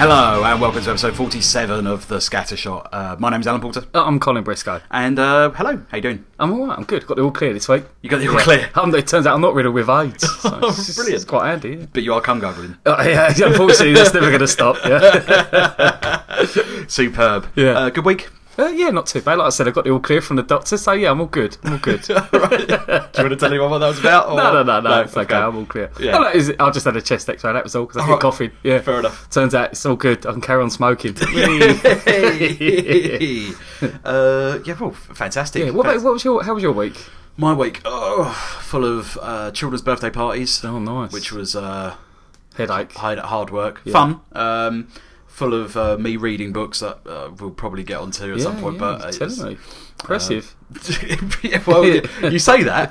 Hello and welcome to episode 47 of the Scattershot. Uh, my name's Alan Porter, Uh, I'm Colin Briscoe. and uh, hello. How you doing? I'm alright, I'm good. Got the all clear this week. You got the all clear, Um, it turns out I'm not riddled with AIDS. So it's, just- Brilliant. It's quite handy. yeah. but you are cum gargling. Uh, yeah, yeah, unfortunately, that's never going to stop. Yeah. Superb. Yeah. Uh, good week. Uh, yeah, not too bad. Like I said, I got the all clear from the doctor, so yeah, I'm all good. I'm all good. no, Do you want to tell anyone what that was about? Or... no, no, no, it's okay. I'm all clear. Yeah. Oh, no, is it- I just had a chest x ray, that was all, because I Alright. had coughing. Yeah. Fair enough. Turns out it's all good. I can carry on smoking. yeah, uh, yeah, well, f- fantastic. what, about, what was your, how was your week? My week, oh, full of uh, children's birthday parties, Oh, nice. which was uh, Headache. hard, hard work, fun, um, full of uh, me reading books that uh, we'll probably get onto at yeah, some point. yeah, but you're it's- uh, telling me. Impressive. Yeah, well, you you say that.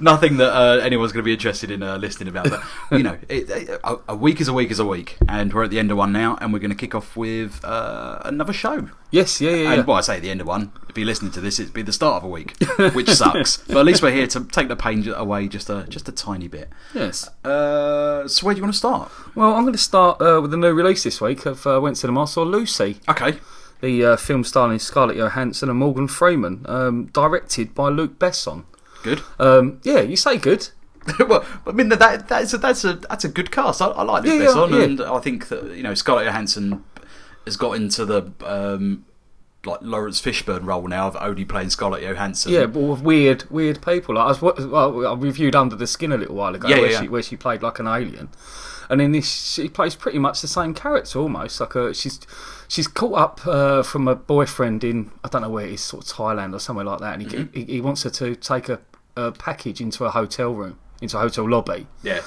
Nothing that uh, anyone's going to be interested in uh, listening about. But you know, it, it, a, a week is a week is a week, and we're at the end of one now, and we're going to kick off with uh, another show. yes, yeah, yeah, yeah. And well, I say at the end of one, if you're listening to this, it'd be the start of a week, which sucks. but at least we're here to take the pain away just a just a tiny bit. yes. Uh, so where do you want to start? Well, I'm going to start uh, with a new release this week. I've uh, went to the cinema, saw Lucy, Okay, the uh, film starring Scarlett Johansson and Morgan Freeman, um, directed by Luke Besson. good. Um, yeah, you say good. well, I mean that that's a, that's a that's a good cast. I, I like this Yeah, best yeah, one, yeah. and I think that you know Scarlett Johansson has got into the um, like Lawrence Fishburne role now of only playing Scarlett Johansson. Yeah, but with weird, weird people. Like, I was wa- well, I reviewed Under the Skin a little while ago, Yeah, where, yeah, she, yeah. where she played like an alien, and in this she plays pretty much the same character almost. Like a, she's she's caught up uh, from a boyfriend in I don't know where it is, sort of Thailand or somewhere like that, and he Mm-hmm. he, he wants her to take a, a package into a hotel room, into a hotel lobby. yeah.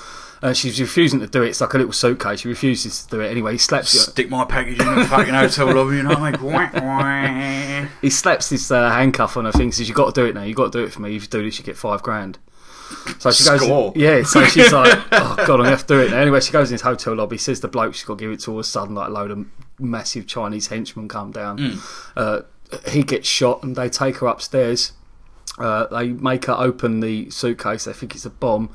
Uh, she's refusing to do it. It's like a little suitcase. She refuses to do it anyway. He slaps. Stick my package in the fucking hotel lobby, and I'm like, wah, wah. He slaps his uh, handcuff on her thing. Says, "You got to do it now. You got to do it for me. If you do this, you get five grand." So she Score. goes. Yeah. So she's like, "Oh God, I'm gonna have to do it now." Anyway, she goes in his hotel lobby. Says the bloke she's got to give it to. All of a sudden, like a load of massive Chinese henchmen come down. Uh, he gets shot, and they take her upstairs. Uh, they make her open the suitcase. They think it's a bomb.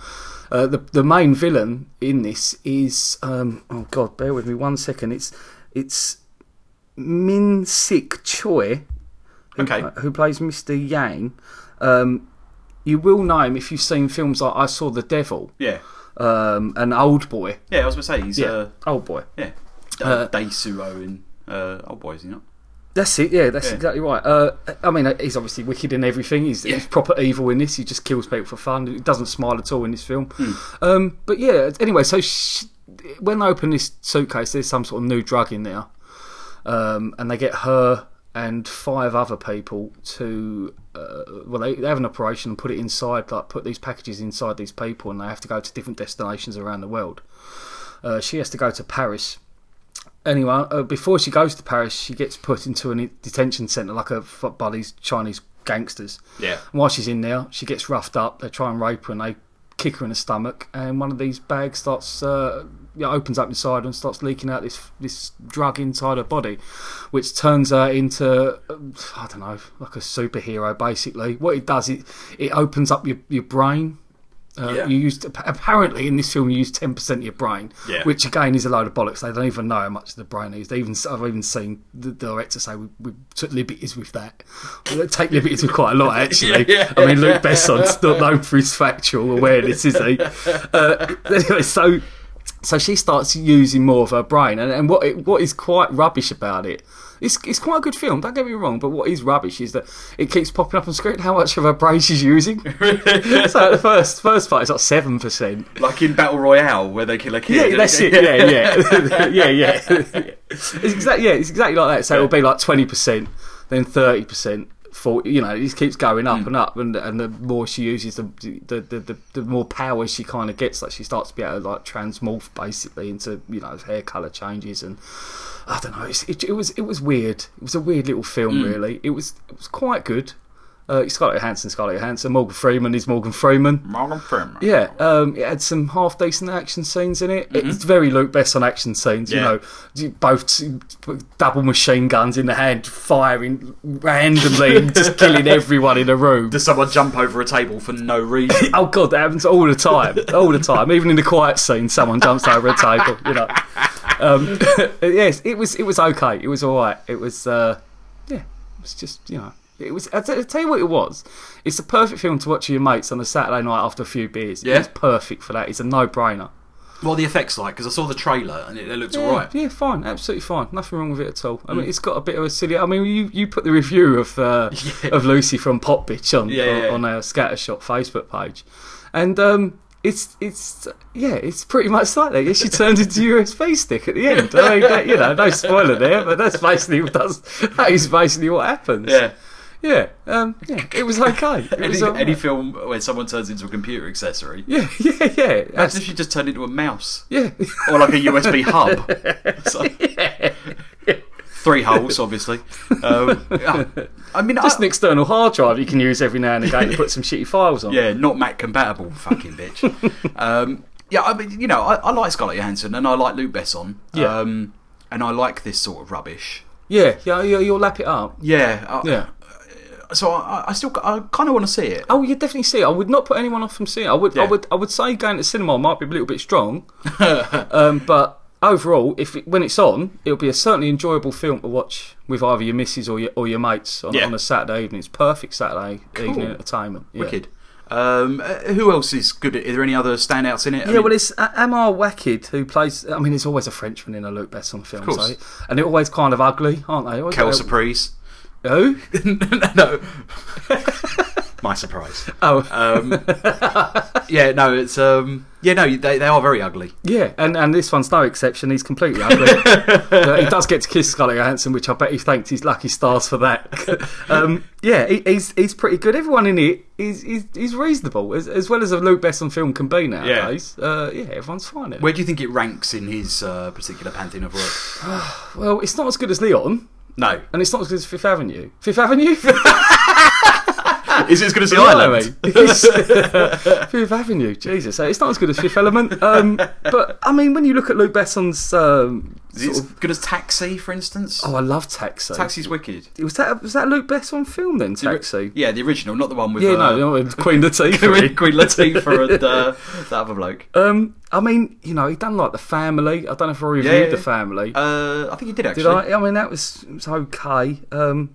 Uh, the the main villain in this is um, oh god, bear with me one second. It's it's Min Sik Choi, who, Okay. Uh, who plays Mr. Yang. Um, you will know him if you've seen films like I Saw the Devil yeah, um, and Old Boy. yeah. I was gonna say he's yeah, uh, Old Boy. yeah, uh, Uh, Daisuo in uh, Old Boy, is he not? That's it. Yeah, that's Yeah. exactly right. Uh, I mean, he's obviously wicked in everything. He's, Yeah. he's proper evil in this. He just kills people for fun. He doesn't smile at all in this film. Hmm. Um, but yeah. Anyway, so sh when they open this suitcase, there's some sort of new drug in there, um, and they get her and five other people to. Uh, well, they, they have an operation and put it inside, like put these packages inside these people, and they have to go to different destinations around the world. Uh, she has to go to Paris anyway, uh, before she goes to Paris, she gets put into a detention centre like a f- by these Chinese gangsters. Yeah. And while she's in there, she gets roughed up. They try and rape her and they kick her in the stomach. And one of these bags starts, uh, yeah, opens up inside and starts leaking out this this drug inside her body, which turns her into um, I don't know, like a superhero basically. What it does, it it opens up your your brain. Uh, Yeah. You used apparently in this film you use ten percent of your brain, Yeah. which again is a load of bollocks. They don't even know how much of the brain is. They even I've even seen the director say we, we took liberties with that. Well, they take liberties with quite a lot actually. Yeah, yeah. I mean, Luke Besson's not known for his factual awareness, is he? Uh, anyway, so so she starts using more of her brain, and, and what it, what is quite rubbish about it. It's, it's quite a good film, don't get me wrong, but what is rubbish is that it keeps popping up on screen how much of her brain she's using. so the first first part is like seven percent. Like in Battle Royale where they kill a kid. Yeah, that's it. Yeah, yeah, yeah, yeah. It's exactly yeah, it's exactly like that. So it'll be like twenty percent, then thirty percent. For you know, it just keeps going up and up, and and the more she uses the the the, the, the more power she kind of gets. Like she starts to be able to like transmorph basically into you know hair color changes and I don't know. It's, it, it was it was weird. It was a weird little film, really. It was it was quite good. Uh, Scarlett Johansson, Scarlett Johansson, Morgan Freeman is Morgan Freeman. Marlon Freeman. Yeah, um, it had some half decent action scenes in it. It's very Luke Best on action scenes, Yeah. you know, both s- double machine guns in the hand, firing randomly and just killing everyone in a room. Does someone jump over a table for no reason? Oh god, that happens all the time, all the time. Even in the quiet scene, someone jumps over a table. You know, Um, yes, it was it was okay. It was all right. It was uh, yeah. It was just you know. It was. I t- I tell you what, it was. It's the perfect film to watch with your mates on a Saturday night after a few beers. Yeah. it's perfect for that. It's a no-brainer. What are the effects like? Because I saw the trailer and it, it looked all right. Yeah, fine, absolutely fine. Nothing wrong with it at all. I Mm. mean, it's got a bit of a silly. I mean, you, you put the review of uh, Yeah. of Lucy from Pop Bitch on Yeah, yeah, yeah. on our Scattershot Facebook page, and um, it's it's yeah, it's pretty much like that. Yeah, she turned into a USB stick at the end. I mean, that, you know, no spoiler there, but that's basically that's that is basically what happens. Yeah. yeah, um, yeah. It was okay. It Any, was all any right. film where someone turns into a computer accessory. yeah, yeah, yeah. Imagine That's, if you just turned into a mouse yeah. or like a USB hub. So- Three holes, obviously. Um, yeah. I mean, Just I, an external hard drive you can use every now and again to put some shitty files on. yeah, not Mac compatible, fucking bitch. um, yeah, I mean, you know, I, I like Scarlett Johansson and I like Luke Besson. Yeah. Um, and I like this sort of rubbish. Yeah, yeah, yeah, you'll lap it up. Yeah. I, Yeah. So I, I still, I kind of want to see it. Oh, you definitely see it. I would not put anyone off from seeing it. I would, I Yeah. would, I would say going to cinema might be a little bit strong, um, but overall, if it, when it's on, it'll be a certainly enjoyable film to watch with either your missus or your or your mates on, Yeah. on a Saturday evening. It's perfect Saturday Cool. evening entertainment. Yeah. Wicked. Um, uh, who else is good? Are there any other standouts in it? I Yeah, mean- well, it's uh, A- Amar Wackid who plays. I mean, there's always a Frenchman in a Luke Besson film, course. so, and they're always kind of ugly, aren't they? Always- Kel surprise. Who? no. My surprise. Oh, Um, yeah, no, it's um, yeah, no, they, they are very ugly. Yeah, and, and this one's no exception. He's completely ugly. Uh, he does get to kiss Scarlett Johansson, which I bet he thanked his lucky stars for that. um, yeah, he, he's he's pretty good. Everyone in it is is, is reasonable, as, as well as a Luke Besson film can be nowadays. Yeah, uh, yeah everyone's fine. In it. Where do you think it ranks in his uh, particular pantheon of work? Well, it's not as good as Leon, No, and it's not as good as Fifth Avenue. Fifth Avenue, is it as good as the Blimey. It's- Fifth Avenue, Jesus. It's not as good as Fifth Element, um, but I mean, when you look at Luke Besson's, um, Is it sort as of, good as Taxi, for instance? oh, I love Taxi. Taxi's wicked. was that was that Luke Besson film then Taxi? Yeah, the original, not the one with Yeah, uh, no, no, it's Queen of the Queen Teeth. Queen Latifah and uh, that other bloke. um, I mean, you know, he done like the family. I don't know if I reviewed Yeah. the family. Uh, I think he did actually. Did I? I mean, that was, it was okay. Um,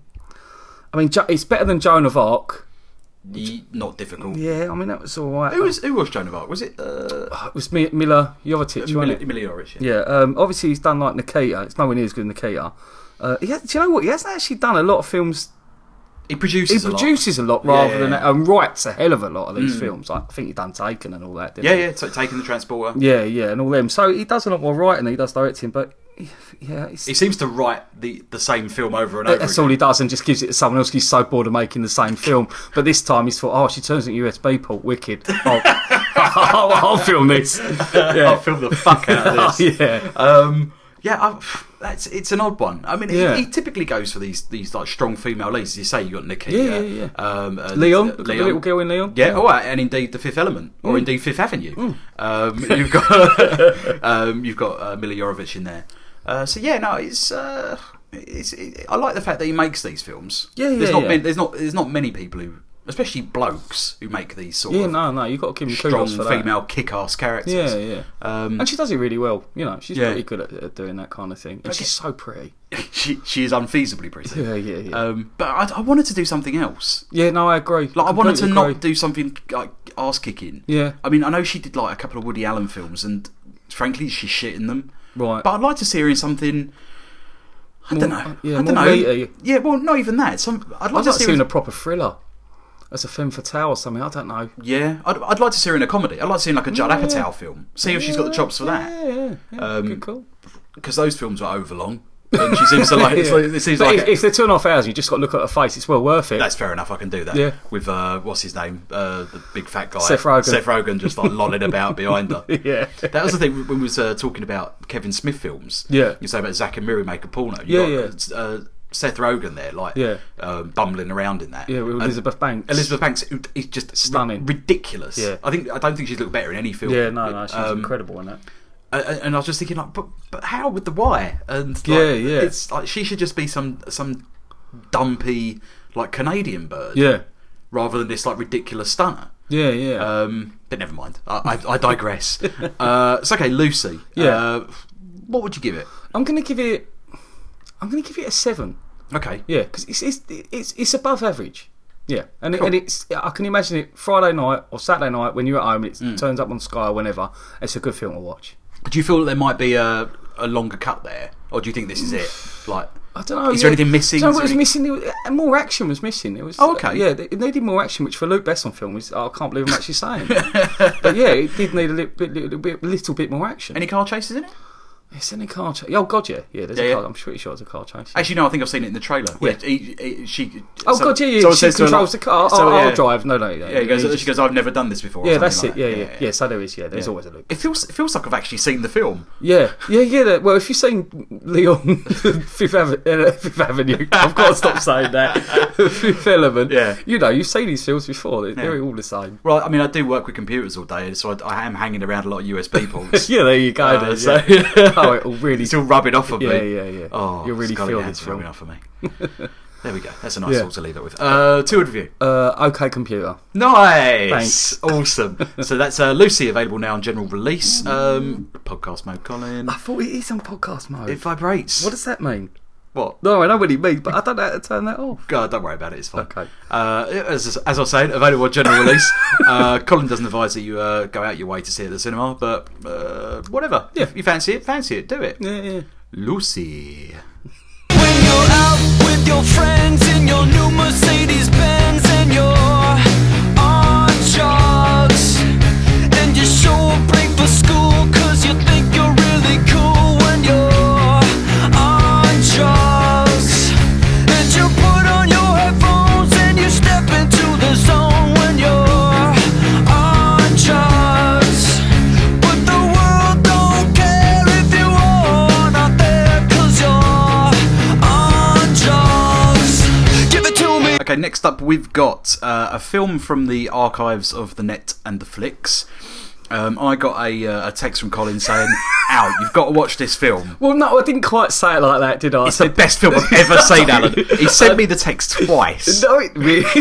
I mean, Jo- it's better than Joan of Arc. Ye- not difficult. Yeah, I mean that was all right. Who was who was Joan of Arc? Was it uh, Oh, it was Mi- Miller Jovovich, Mil- wasn't it? Emilia Orich? Yeah. Yeah. Um, obviously, he's done like Nikita. It's nowhere near as good as Nikita. Uh, he has, do you know what? He hasn't actually done a lot of films He he produces. a lot. produces a lot, rather Yeah. Hmm. than and writes a hell of a lot of these films. Like, I think he done Taken and all that. Didn't Yeah, he? yeah. T- taking the transporter. yeah, yeah, and all them. So he does a lot more writing than he does directing, but yeah, it's, He seems to write the, the same film over and over. that's again. all he does, and just gives it to someone else. 'cause He's so bored of making the same film, but this time he's thought, oh, she turns into USB port, wicked. I'll, I'll, I'll film this. I'll Yeah, film the fuck out Oh, of this. yeah, Um, yeah, I, that's it's an odd one. I mean, Yeah. he, he typically goes for these these like strong female leads. You say you got Nikita, Yeah, yeah, Um, and, Leon, uh, the little girl in Leon. Yeah, oh, and indeed the Fifth Element, or Mm. indeed Fifth Avenue. Um, you've got um, you've got uh, Mila Jovovich in there. Uh, so yeah, no, it's. Uh, it's, it, I like the fact that he makes these films. Yeah, There's yeah, not yeah. Many, there's not there's not many people who, especially blokes, who make these sort yeah. of No, no, you got to give him strong kudos for that. female kick-ass characters. Yeah, yeah. Um, And she does it really well, you know. She's Yeah. pretty good at, at doing that kind of thing, and she's so pretty. she, she is unfeasibly pretty. Yeah, yeah, yeah. Um, but I, I wanted to do something else. yeah, no, I agree. Like I wanted to Completely not agree. do something like ass kicking. Yeah, I mean, I know she did like a couple of Woody Allen films, and frankly, she's shit in them. right. But I'd like to see her in something. I More- don't know. yeah, I more don't know. meaty. Yeah, well, not even that. Some I'd like I'd to like see. seeing her a proper thriller. As a femme fatale or something, I don't know. yeah, I'd, I'd like to see her in a comedy. I'd like to see her in like a Judd Apatow film. See if she's got the chops for that, Yeah, yeah, yeah. Um, good call. because those films are overlong. And she seems to like. it's Yeah. like it seems But like if, if they're two and a half hours, you just got to look at her face. It's well worth it. That's fair enough. I can do that. Yeah. With uh, what's his name, uh, the big fat guy, Seth Rogen. Seth Rogen just like lolling about behind her. yeah, That was the thing when we was uh, talking about Kevin Smith films. Yeah. You say about Zack and Miri make a porno. You Yeah, got, Uh, Seth Rogen there, like Yeah. um, bumbling around in that. yeah. With And Elizabeth Banks. Elizabeth Banks who is just Stunning. ri- ridiculous. Yeah. I think I don't think she's looked better in any film. Yeah, no, no, she's Um, incredible in that. and and I was just thinking like, but but how with the why? And like, Yeah, yeah. it's like she should just be some some dumpy like Canadian bird Yeah, rather than this like ridiculous stunner. yeah, yeah. Um, but never mind. I, I, I digress. uh, it's Uh, okay, Lucy. Yeah. Uh, What would you give it? I'm gonna give it. I'm gonna give it a seven. Okay. Yeah, because it's, it's it's it's above average. Yeah, and it, Cool. and it's I can imagine it Friday night or Saturday night when you're at home. It turns up on Sky or whenever. It's a good film to watch. Do you feel that there might be a, a longer cut there, or do you think this is it? Like, I don't know. Is there anything missing? Do you Is know what was there any- missing? There was- uh, More action was missing. It was. uh, Oh, okay. Yeah, they, they did more action, which for Luke Besson film is I can't believe I'm actually saying. but yeah, it did need a little bit, little bit, little bit more action. any car chases in it? Is there any car chase? Oh God, yeah, yeah. There's Yeah, a yeah. car. I'm pretty sure it's a car chase. Actually, no. I think I've seen it in the trailer. Where Yeah. he, he- she. oh so- God, yeah, yeah. someone She says to her, controls the like- car. so, I'll, I'll yeah. drive. No, no, no. Yeah, he goes, He's she just- goes. I've never done this before. or yeah, something that's like it. Yeah, that. yeah, yeah, So there is. Yeah, there's Yeah. always a Luke. It feels it feels like I've actually seen the film. Yeah, yeah, yeah. that- Well, if you're saying Leon Fifth, Ave- uh, Fifth Avenue, I've got to stop saying that. Fifth Element. Yeah. you know, you've seen these films before. They're, they're Yeah. all the same. Well, I mean, I do work with computers all day, so I, I am hanging around a lot of USB ports. Yeah, there you go. Uh, then. yeah. So, oh, it'll really. It's all rubbing off of Yeah, me. yeah, yeah. Oh, You'll really it's gotta feel be this rubbing film. off of me. There we go. That's a nice Yeah. thought to leave it with. Uh, two review. Uh, okay, computer. Nice. Thanks. Awesome. so that's uh, Lucy available now on general release. Um, podcast mode, Colin. I thought it is on podcast mode. It vibrates. Ah, what does that mean? What? No, I know what it means, but I don't know how to turn that off. God, don't worry about it. It's fine. Okay. Uh, as, as I was saying, available on general release. uh, Colin doesn't advise that you uh, go out your way to see it at the cinema, but uh, whatever. Yeah. If you fancy it, fancy it. Do it. Yeah, yeah. Lucy. When you're out with your friends in your new Mercedes Benz and you're on drugs, and you show up late for school 'cause you think you're really cool when you're on drugs, and you put on your headphones and you step into the zone when you're on drugs, but the world don't care if you are not there 'cause you're on drugs. Give it to me. Okay, next up we've got uh, a film from the archives of the net and the flicks. Um, I got a, uh, a text from Colin saying, "Ow, you've got to watch this film. Well, no, I didn't quite say it like that, did I? I It's the best film I've ever seen, Alan." He sent me the text twice. no, it really.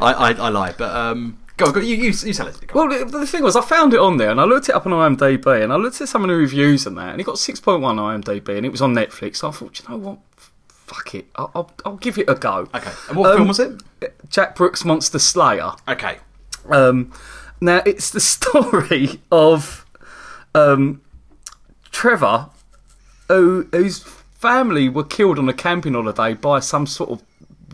I, I, I lie, but um, go, on, go, you, you, you tell it. Go on. Well, the, the thing was, I found it on there, and I looked it up on IMDb, and I looked at some of the reviews and that, and it got six point one on IMDb, and it was on Netflix. So I thought, "Do you know what, F- fuck it, I'll, I'll, I'll give it a go. okay, and what um, film was it? Jack Brooks' Monster Slayer. Okay, Um, now it's the story of um, Trevor, who, whose family were killed on a camping holiday by some sort of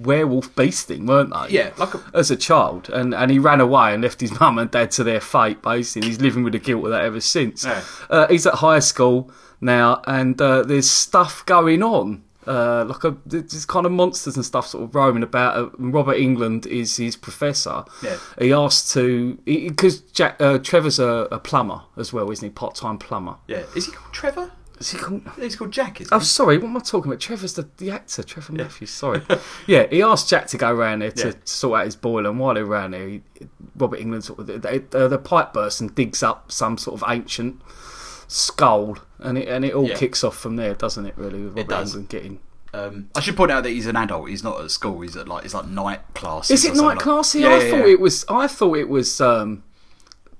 werewolf beast thing, weren't they? Yeah, like a- as a child, and, and he ran away and left his mum and dad to their fate. Basically, he's living with the guilt of that ever since. Yeah. Uh, he's at high school now, and uh, there's stuff going on. Uh, like a, there's kind of monsters and stuff sort of roaming about. Uh, and Robert England is his professor. Yeah. He asked to because Jack uh, Trevor's a, a plumber as well, isn't he? Part-time plumber. yeah. Is he called Trevor? Is he called? He's called Jack. Is Oh, sorry, what am I talking about? Trevor's the, the actor, Trevor Matthews, sorry. yeah, he asked Jack to go round there to Yeah. sort out his boiler, and while they were round there, he, Robert England, sort of, they, uh, the pipe bursts and digs up some sort of ancient skull, and it, and it all Yeah. kicks off from there, doesn't it, really, with Robert does. England getting... Um, I should point out that he's an adult. He's not at school. He's at like it's like night classes. Is or it something night like- class here? Yeah, I yeah, thought yeah. it was. I thought it was um,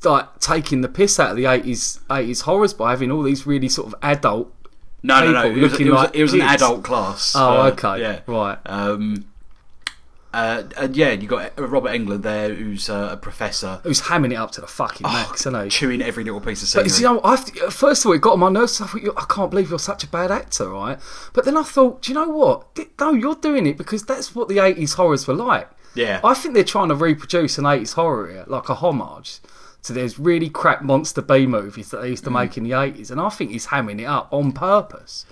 like taking the piss out of the eighties eighties horrors by having all these really sort of adult. No, no, no. people It was, looking it was, like it was an kids. adult class. Oh, Uh, okay, Yeah. right. Um, uh, and yeah, you got uh, Robert England there, who's uh, a professor, Who's hamming it up to the Oh, fucking max, isn't he? chewing every little piece of Oh, But you scenery. know, I first of all, it got on my nerves. I thought, "You- I can't believe you're such a bad actor, right? But then I thought, do you know what? Th- No, you're doing it because that's what the 80s horrors were like. Yeah. I think they're trying to reproduce an 80s horror here, like a homage to those really crap monster B movies that they Mm. used to make in the 80s. And I think he's hamming it up on purpose.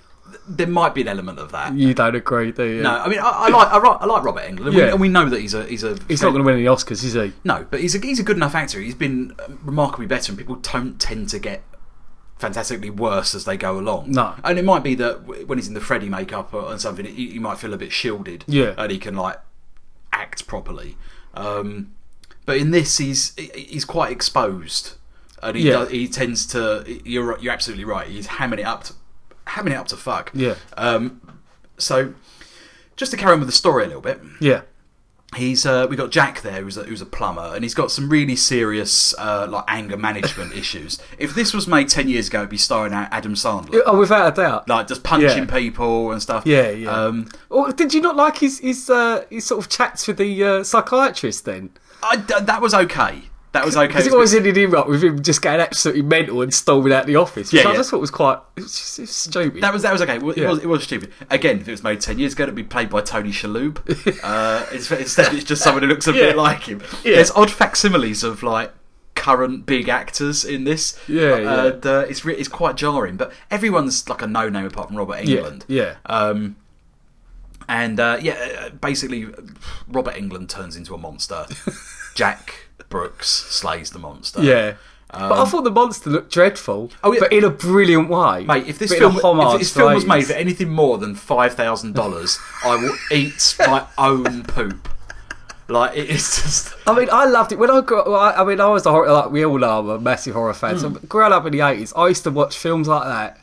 There might be an element of that. You don't agree, do you? No, I mean, I, I like, I, ri- I like Robert England, and, we, Yeah. and we know that he's a, he's a. He's not going to win any Oscars, is he? No, but he's a, he's a good enough actor. He's been um, remarkably better, and people don't tend to get fantastically worse as they go along. No. and it might be that w- when he's in the Freddy makeup or, and something, he, he might feel a bit shielded. Yeah. and he can like act properly. Um, but in this, he's he- he's quite exposed, and he Yeah. does, he tends to. You're you're absolutely right. He's hamming it up, to, hamming it up to fuck. Yeah. Um, so just to carry on with the story a little bit Yeah. he's uh, we got Jack there, who's a, who's a plumber, and he's got some really serious uh, like anger management issues. If this was made ten years ago, it'd be starring A- Adam Sandler, Oh, without a doubt. like just punching Yeah. people and stuff. Yeah, yeah. Um, Or did you not like his his, uh, his sort of chats with the uh, psychiatrist then? I, that was okay. That was okay. Because it It's- always ended him up with him just getting absolutely mental and storming out the office. Which Yeah, I yeah. just thought was quite it was just, it was stupid. That was that was okay. It was, it Yeah. was it was stupid. Again, if it was made ten years ago, it'd be played by Tony Shalhoub. uh, it's- instead, it's just someone who looks a bit Yeah. like him. Yeah. There's odd facsimiles of like current big actors in this. Yeah, yeah. And, uh, it's re- it's quite jarring. But everyone's like a no name apart from Robert yeah, England. yeah. Um, and uh, yeah, uh, basically, Robert England turns into a monster. Jack Brooks slays the monster. Yeah. but I thought the monster looked dreadful, Um, Oh, yeah. but in a brilliant way. Mate, if this But in a film, homage if this film was to made 80s. for anything more than five thousand dollars, I will eat my own poop. Like it is just. I mean, I loved it when I grew up. I, I mean, I was a horror, like we all are, were massive horror fans. Hmm. So growing up in the eighties, I used to watch films like that,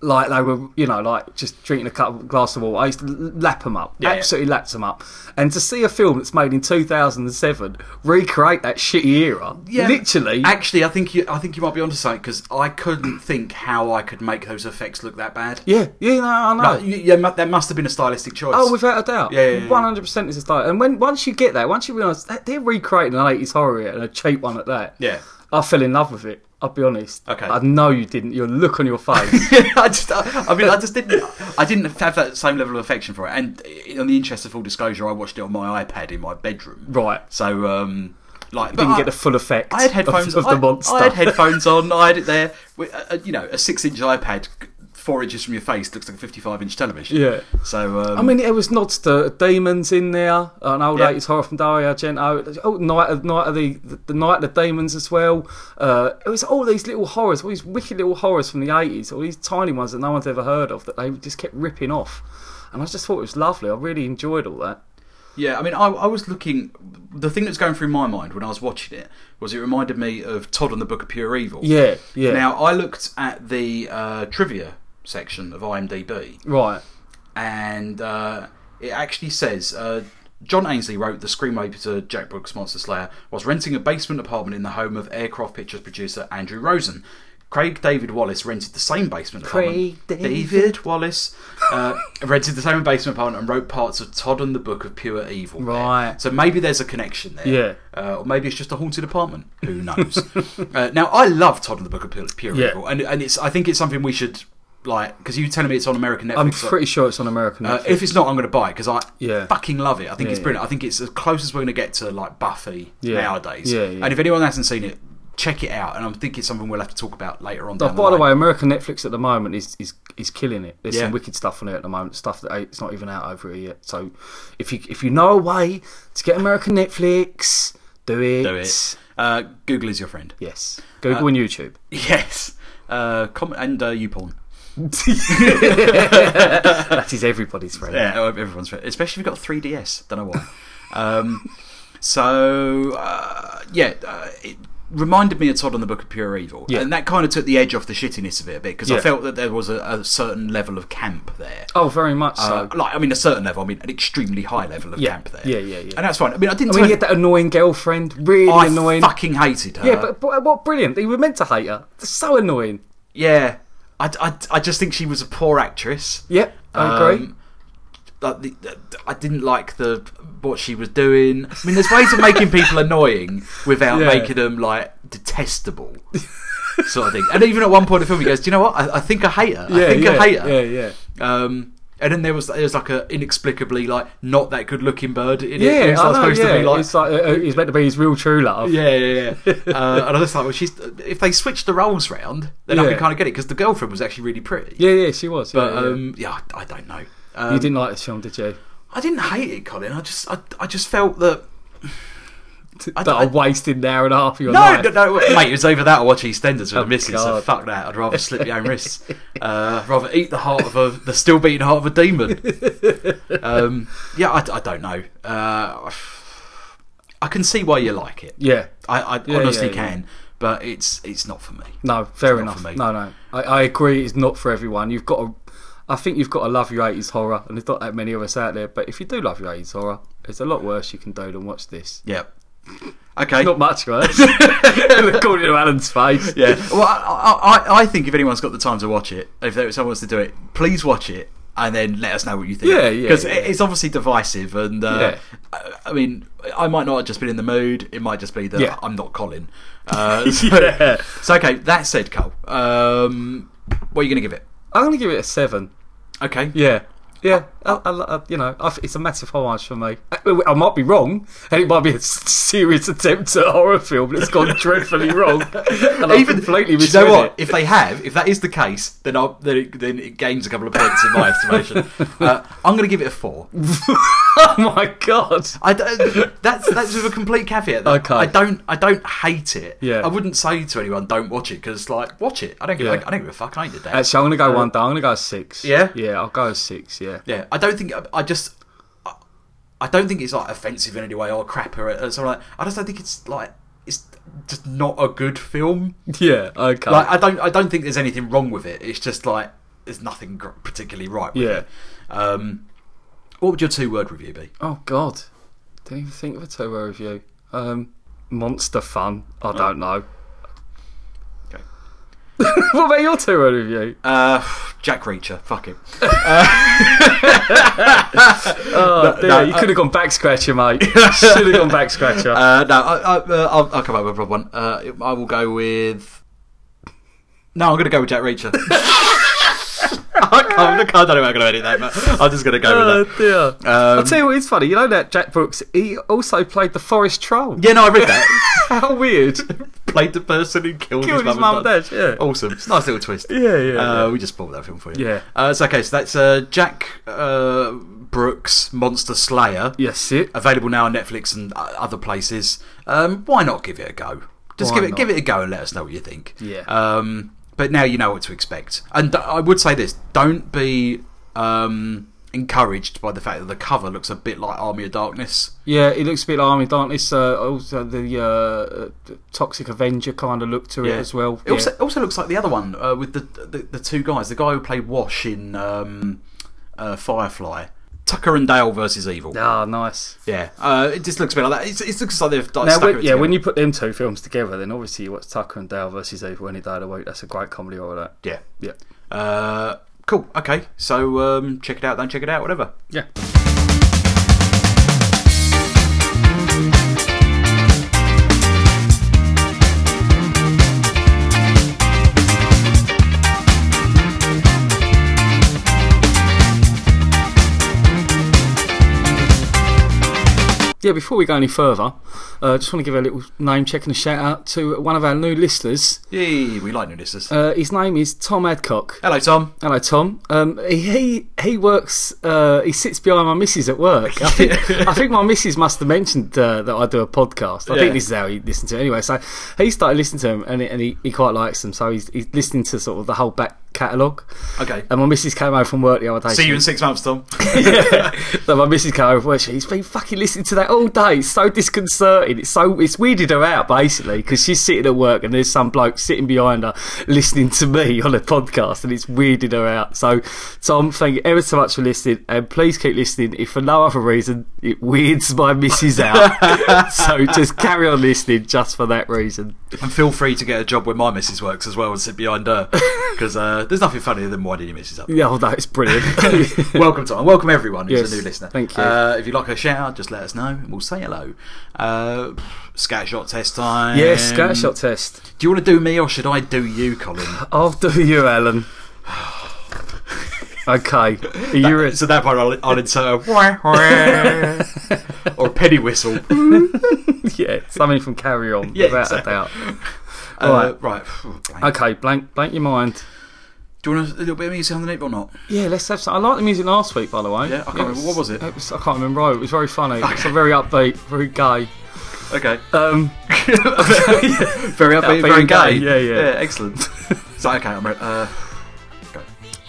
like they were, you know, like just drinking a cup, glass of water. I used to lap them up, Yeah, yeah. absolutely lap them up. And to see a film that's made in two thousand and seven recreate that shitty era, literally, Actually, I think you. I think you might be onto something because I couldn't think how I could make those effects look that bad. yeah, yeah, no, I know. Like, you- yeah, mu- that must have been a stylistic choice. Oh, without a doubt, Yeah, yeah, yeah. one hundred percent is a style. And when once you get that, once you realise that they're recreating an eighties horror era and a cheap one at that, Yeah. I fell in love with it. I'll be honest. Okay. I know you didn't. Your look on your face. I just, I, I mean, I just didn't. I didn't have that same level of affection for it. And in the interest of full disclosure, I watched it on my iPad in my bedroom. Right. So, um, like, didn't but get I- the full effect. I had headphones of, of the I- monster. I had headphones on. I had it there. With, uh, you know, a six-inch iPad, four inches from your face, looks like a fifty-five-inch television. Yeah. So um, I mean, there was nods to demons in there, an old Yeah. eighties horror from Dario Argento. Oh, night of night of the the night of the demons as well. Uh, it was all these little horrors, all these wicked little horrors from the eighties, all these tiny ones that no one's ever heard of that they just kept ripping off. And I just thought it was lovely. I really enjoyed all that. yeah. I mean, I, I was looking. The thing that's going through my mind when I was watching it was it reminded me of Todd and the Book of Pure Evil. Yeah, yeah. Now I looked at the uh, trivia section of IMDb, right. and uh, it actually says uh, John Ainsley wrote the screenplay to Jack Brooks' Monster Slayer whilst renting a basement apartment in the home of Aircraft Pictures producer Andrew Rosen. Craig David Wallace rented the same basement apartment. Craig David, Wallace uh, rented the same basement apartment and wrote parts of Todd and the Book of Pure Evil. there. Right. So maybe there's a connection there. Yeah. Uh, or maybe it's just a haunted apartment. Who knows? uh, now I love Todd and the Book of Pure, Pure Yeah. Evil, and and it's I think it's something we should like because you were telling me it's on American Netflix. I'm so- pretty sure it's on American. uh, Netflix. if it's not, I'm going to buy it because I Yeah. fucking love it. I think Yeah, it's yeah. brilliant. I think it's as close as we're going to get to like Buffy Yeah. nowadays. Yeah, yeah. And if anyone hasn't seen it, check it out. And I'm thinking it's something we'll have to talk about later on. Oh, down by the way, line. American Netflix at the moment is is, is killing it. There's Yeah. some wicked stuff on it at the moment, stuff that ain't- it's not even out over here yet. So, if you if you know a way to get American Netflix, do it. do it. Uh, Google is your friend. Yes, Google and YouTube. Yes. Uh, com- and uh, YouPorn. That is everybody's friend. Yeah, oh, everyone's friend. Especially if you've got 3DS. Don't know why. um, so uh, yeah, uh, it reminded me of Todd on the Book of Pure Evil, Yeah. and that kind of took the edge off the shittiness of it a bit because I Yeah. felt that there was a, a certain level of camp there. Oh, very much so. Uh, like, I mean, a certain level. I mean, an extremely high level of Yeah. camp there. Yeah, yeah, yeah. And that's fine. I mean, I didn't. I turn- mean, he had that annoying girlfriend, really I annoying. fucking hated her. yeah, but, but what brilliant! He was meant to hate her. So annoying. yeah, I, I, I just think she was a poor actress. Yep, I agree. Um, like the, the- I didn't like the what she was doing. I mean, there's ways of making people annoying without Yeah. making them like detestable, sort of thing. And even at one point in the film, he goes, "Do you know what? I, I think I hate her. I Yeah, think yeah, I hate her." yeah, yeah. Um, and then there was there was like a inexplicably like not that good looking bird in Yeah, it. It was I like know, supposed yeah. to be like it's like uh, uh, he's meant to be his real true love. yeah, yeah, yeah. uh, and I just thought, well, she's if they switch the roles round, then I Yeah. can kind of get it because the girlfriend was actually really pretty. yeah, yeah. She was. but yeah, yeah. um, yeah, I I don't know. Um, you didn't like this film, did you? I didn't hate it, Colin. I just I, I just felt that. I, that I- I wasted an hour and a half of your no, life. no, no, wait, mate, it was over that or watch EastEnders with the Oh, missus, so God. fuck that. I'd rather slip my own wrists. Uh, rather eat the heart of a, the still beating heart of a demon. Um, yeah, I, I don't know. Uh, I can see why you like it. Yeah. I, I Yeah, honestly yeah, yeah. can, but it's it's not for me. No, fair not enough. for me. No, no. I, I agree it's not for everyone. You've got to I think you've got to love your 80s horror, and there's not that many of us out there. But if you do love your 80s horror, there's a lot worse you can do than watch this. Yeah. Okay. Not much worse. According to Alan's face. yeah. Well, I, I, I- I think if anyone's got the time to watch it, if there- someone wants to do it, please watch it and then let us know what you think. Yeah, yeah, Because yeah. it's obviously divisive, and uh, I, I mean, I might not have just been in the mood. It might just be that Yeah. I'm not Colin. Uh, so, Yeah. so, okay. That said, Cole, um, what are you going to give it? I'm going to give it a 7. Okay. Yeah. Yeah, I, I- I- you know, I, think it's a massive homage for me. I, I might be wrong, and it might be a s- serious attempt at a horror film that's gone dreadfully wrong. And Even, Even I've completely do you know misread what? it. If they have, if that is the case, then I'll, then, it, then it gains a couple of points in my estimation. Uh, I'm going to give it a four. Oh my god! I don't, that's that's with a complete caveat. Though. Okay. I don't I don't hate it. Yeah. I wouldn't say to anyone don't watch it because like watch it. I don't give Yeah. I, I don't give a fuck. I ain't did that. Actually, I'm going to go one down. I'm going to go six. Yeah? yeah, I'll go six. Yeah, yeah. I don't think I, I just I, I don't think it's like offensive in any way or crap or, or something like. I just don't think it's like it's just not a good film. yeah. Okay. Like I don't I don't think there's anything wrong with it. It's just like there's nothing gr- particularly right. With Yeah. It. Um, what would your two word review be? oh god, didn't even think of a two-hour review. Um, monster fun. I don't know. Okay. what about your two-hour review? Uh, Jack Reacher. Fuck it. Oh, dear, no, you I- could have gone back scratcher, mate. Should have gone back scratcher. Uh, no, I, I, uh, I'll, I'll come up with a proper one. Uh, it- I will go with. No, I'm going to go with Jack Reacher. I, can't, I don't know how I'm going to edit that, but I'm just going to go Oh with that. dear! I'll Um, tell you what is funny. You know that Jack Brooks. He also played the forest troll. Yeah, no, I read that. How weird! Played the person who killed, Killed his his mum and dad. dad. Yeah. Awesome. It's a nice little twist. Yeah, yeah, Uh, yeah. We just spoiled that film for you. Yeah. Uh, so, okay, so that's uh, Jack uh, Brooks, Monster Slayer. Yes, it. Available now on Netflix and uh, other places. Um, why not give it a go? Just Why give it not? give it a go and let us know what you think. Yeah. Um, but now you know what to expect. And d- I would say this: don't be um, encouraged by the fact that the cover looks a bit like Army of Darkness. Yeah, it looks a bit like Army Darkness. Uh, also, the uh, Toxic Avenger kind of look to it as well. It also, also looks like the other one uh, with the, the the two guys. The guy who played Wash in um, uh, Firefly, Tucker and Dale versus Evil. yeah. Ah, nice. Yeah. Uh, it just looks a bit like that. It's, it looks like they've like, Now, stuck when, it yeah, together. when you put them two films together, then obviously you watch Tucker and Dale versus Evil any day of the week. That's a great comedy, all that. yeah. Yeah. Uh, cool. Okay. So um, check it out. Don't check it out. Whatever. Yeah. Yeah, before we go any further, uh, just want to give a little name check and a shout out to one of our new listeners. Yay, we like new listeners. Uh, his name is Tom Adcock. Hello, Tom. Hello, Tom. Um, he he works. Uh, he sits behind my missus at work. I think, I think my missus must have mentioned uh, that I do a podcast. I Yeah. think this is how he listened to it. Anyway, so he started listening to him, and, he- and he, he quite likes them. So he's, he's listening to sort of the whole back catalogue. Okay. And my missus came over from work the other day. See she- you in six months, Tom. yeah. So my missus came over and she, he's been fucking listening to that all day. It's so disconcerting. It's so it's weirded her out basically because she's sitting at work and there's some bloke sitting behind her listening to me on a podcast and it's weirded her out. So Tom, thank you ever so much for listening and please keep listening. If for no other reason, it weirds my missus out. so just carry on listening just for that reason. and feel free to get a job where my missus works as well and sit behind her. Because uh, there's nothing funnier than winding your missus up. Yeah, oh, that is brilliant. welcome, Tom. Welcome, everyone who's Yes, a new listener. thank you. Uh, if you like a shout, just let us know and we'll say hello. Uh, scat shot test time. yes, scat shot test. Do you want to do me or should I do you, Colin? I'll do you, Alan. okay. Are you re- so that part I'll, I'll insert a wah, wah, or a penny whistle. yeah, something from Carry On, Yeah, without exactly. a doubt. Uh, right. Blank. Okay, blank, blank your mind. Do you want a little bit of music underneath or not? Yeah, let's have some. I liked the music last week, by the way. Yeah, I can't remember. What was it? I can't remember. It was very funny. It's a very upbeat, very gay. Okay. Um, very upbeat, Upbeat very and gay. gay, yeah, yeah. excellent. so okay, I'm ready. Uh,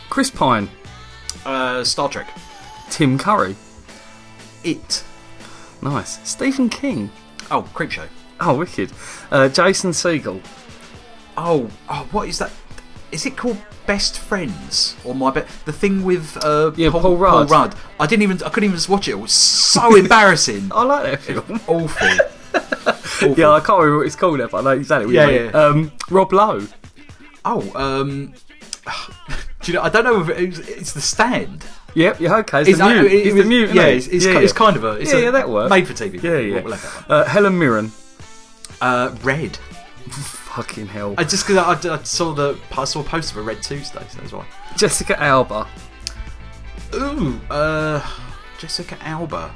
Chris Pine, uh, Star Trek. Tim Curry, It. nice. Stephen King, Oh, creep show. oh wicked. Uh, Jason Segel, Oh, oh, what is that? Is it called Best Friends or my Be- the thing with uh, Yeah, Paul Rudd. I didn't even. I couldn't even just watch it. It was so embarrassing. I like that film. Awful. Awful. Yeah, I can't remember what it's called, but I know exactly what Yeah, you mean. yeah. Um, Rob Lowe. Oh, um, do you know? I don't know if it was, it's the stand. Yep, yeah, okay. It's, the I- mute. it- it's it- the mute. Yeah, isn't it? it's, it's, yeah, ki- yeah. it's kind of a. It's yeah, a yeah, that works. Made for TV. Yeah, yeah. We'll let that one. Uh, Helen Mirren. Uh, red. Fucking hell. I just because I, I saw the I saw a post of a red Tuesday, so that's why. Jessica Alba. Ooh, uh, Jessica Alba.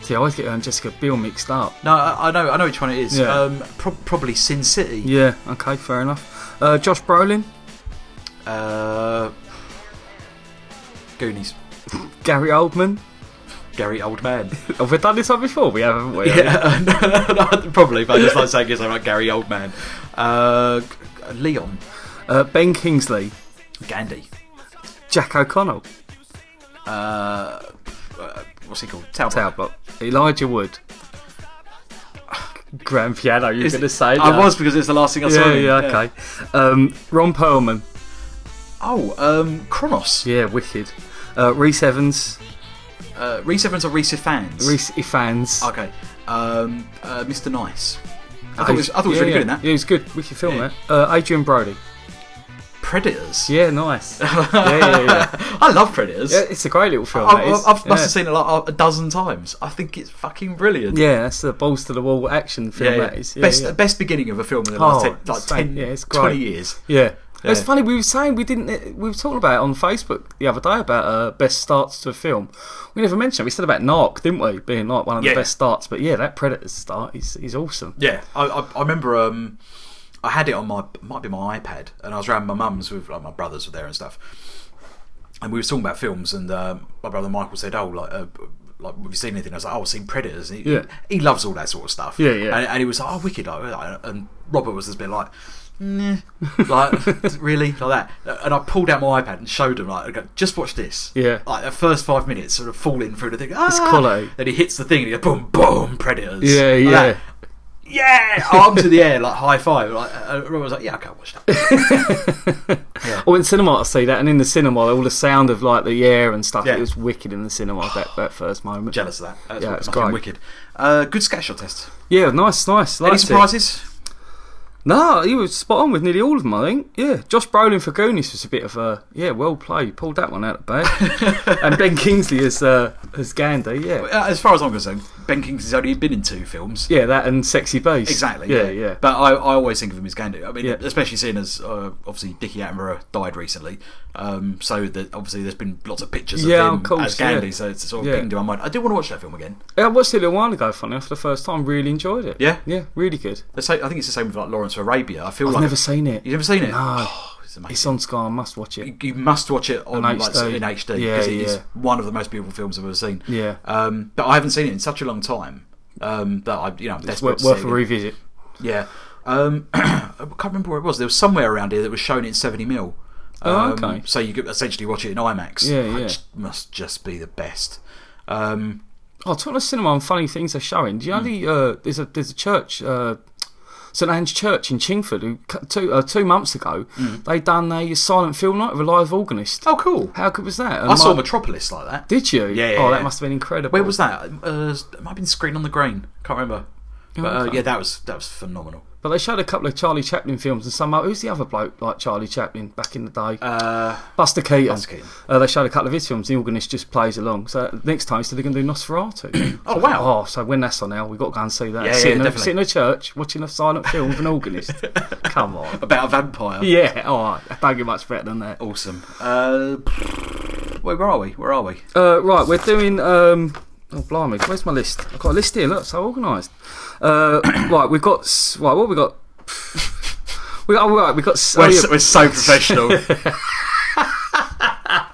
See, I always get her and Jessica Biel mixed up. No, I, I know, I know which one it is. Yeah. Um, pro- probably Sin City. Yeah, okay, fair enough. Uh, Josh Brolin. Uh, Goonies. Gary Oldman. Gary Oldman. Have we done this one before? We have, haven't we? yeah, no, no, probably. But I just like saying it's like Gary Oldman. Uh, G- Leon Uh, ben Kingsley. Gandhi. Jack O'Connell. Uh, uh, what's he called? Talbot. Talbot. Elijah Wood. Grand Piano, you were Is- going to say I that. was because it's the last thing I saw. Yeah, him. yeah, okay. Um, Ron Perlman. Oh, um, Kronos. Yeah, wicked. Uh, Reese Evans. Uh, Reese Evans or Reese fans? Reese Ifans. Okay. Um, uh, Mr. Nice. I thought Oh, it was, I thought it was yeah, really yeah. good in that. Yeah, it was good. Wicked film, Yeah. that. Uh, Adrian Brody. Predators. Yeah, nice. yeah, yeah, yeah. I love Predators. Yeah, It's a great little film. I, that is. I, I've yeah. must have seen it like a dozen times. I think it's fucking brilliant. Yeah, that's the balls to the wall action film. Yeah, yeah. That is. Yeah, best yeah. best beginning of a film in the Oh, last ten, like it's fan- 10 yeah, it's great. 20 years. Yeah. It's Yeah. funny we were saying we didn't uh, we were talking about it on Facebook the other day about uh, best starts to a film. We never mentioned it. we said about Narc, didn't we? Being like one of Yeah. the best starts, but yeah, that Predators start is is awesome. Yeah, I, I, I remember um, I had it on my might be my iPad, and I was around my mum's with like my brothers were there and stuff, and we were talking about films, and um, my brother Michael said, "Oh, like." Uh, like, have you seen anything? I was like, oh, I've seen Predators. And he, Yeah. he loves all that sort of stuff. Yeah, yeah. And, and he was like, oh, wicked. Like, and Robert was just a bit like, nah, like, really? Like that. And I pulled out my iPad and showed him, like, I go, just watch this. Yeah. Like, the first five minutes sort of falling through the thing. Ah! quality. Then he hits the thing and he goes, boom, boom, Predators. Yeah, Like yeah. that yeah, arms in the air, like high five. Like, uh, Robert was like, yeah, I can't watch that. Oh, in cinema I see that, and in the cinema all the sound of like the air and stuff. Yeah. It was wicked in the cinema that, that first moment. Jealous of that. That's Yeah, yeah, it's great. wicked. Uh, good sketch or test. Yeah, nice, nice. Any liked it. surprises? No, he was spot on with nearly all of them. I think. Yeah, Josh Brolin for Goonies was a bit of a yeah, well played. Pulled that one out of the bag. and Ben Kingsley as uh, as Gandhi. Yeah, Uh, as far as I'm concerned, Ben Kingsley's only been in two films. yeah, that and Sexy Bass. Exactly. Yeah, yeah. But I, I always think of him as Gandhi. I mean, Yeah. especially seeing as uh, obviously Dickie Attenborough died recently, um, so that obviously there's been lots of pictures Yeah, of him of course, as Gandhi. yeah. So it's sort of Yeah. pinged in my mind. I do want to watch that film again. Yeah, I watched it a little while ago. Funny enough, for the first time, really enjoyed it. Yeah? yeah, really good. The same- I think it's the same with like Lawrence of Arabia. I feel I've like never seen it. you've never seen it. No. Oh, it's amazing. It's on Sky. I must watch it. you- you must watch it on On like, HD. in HD Yeah, because it is yeah. one of the most beautiful films I've ever seen. Yeah. Um, but I haven't seen it in such a long time um, that I, you know, I'm It's desperate worth, to worth see it. a again. revisit. Yeah. Um, I can't remember where it was. There was somewhere around here that was shown in 70 mil. Oh, Um, okay. So you could essentially watch it in IMAX. Yeah, yeah. Which must just be the best. Um, Oh, talking of cinema and funny things they're showing. Do Hmm. you know the uh, there's a there's a church, uh, St Anne's Church in Chingford. Who cu- two uh, two months ago Hmm. they done a silent film night with a live organist. oh, cool. How good was that? And I saw my- Metropolis like that. Did you? Yeah, yeah, Oh, yeah. that must have been incredible. Where was that? Uh, it might have been Screen on the Green. Can't remember. But uh, okay. yeah, that was that was phenomenal. But they showed a couple of Charlie Chaplin films and some. uh, Who's the other bloke like Charlie Chaplin back in the day? Uh, Buster Keaton. Buster Keaton. Uh, they showed a couple of his films. The organist just plays along. So uh, next time, so they're going to do Nosferatu. Oh, wow. Oh, so when that's on now, we've got to go and see that. Yeah, sit, yeah, in a, definitely. sit in a church watching a silent film with an organist. Come on. about a vampire. Yeah, all right. Don't get much better than that. Awesome. Uh, wait, where are we? Where are we? Uh, right, we're doing. Um, oh, blimey, where's my list? I've got a list here. Look, so organised. Uh, right, we've got. s- Right, what we got? We got, oh, right, we got. s- oh, We're, yeah, so, we're so professional.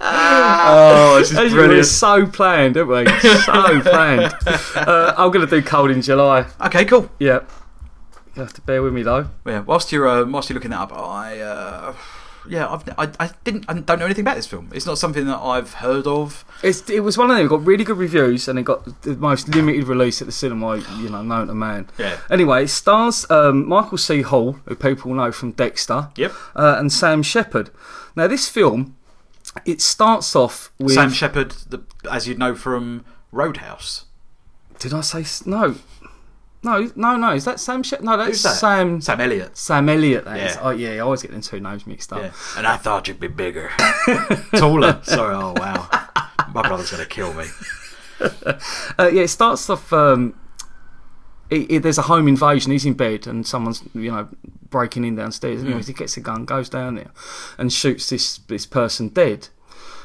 oh, this As is you were brilliant. so planned, didn't we? So planned. Uh, I'm going to do cold in July. Okay, cool. Yeah. You have to bear with me though. Yeah, whilst you're uh, whilst you're looking that up, I uh, yeah, I've, I, I didn't, I don't know anything about this film. It's not something that I've heard of. It's, it was one of them. It got really good reviews, and it got the most limited release at the cinema, you know, known to man. Yeah. Anyway, it stars um, Michael C. Hall, who people know from Dexter. Yep. Uh, and Sam Shepard. Now, this film, it starts off with Sam Shepard, the, as you'd know from Roadhouse. Did I say s- no? No, no, no. Is that Sam? Shep no, that's Who's that? Sam. Sam Elliott. Sam Elliott. That is. Yeah. Oh yeah, I always get them two names mixed up. Yeah. And I thought you'd be bigger, taller. Sorry. Oh wow. My brother's gonna kill me. Uh, yeah, it starts off. Um, it, it, there's a home invasion. He's in bed, and someone's you know breaking in downstairs. Anyway, he gets a gun, goes down there, and shoots this this person dead.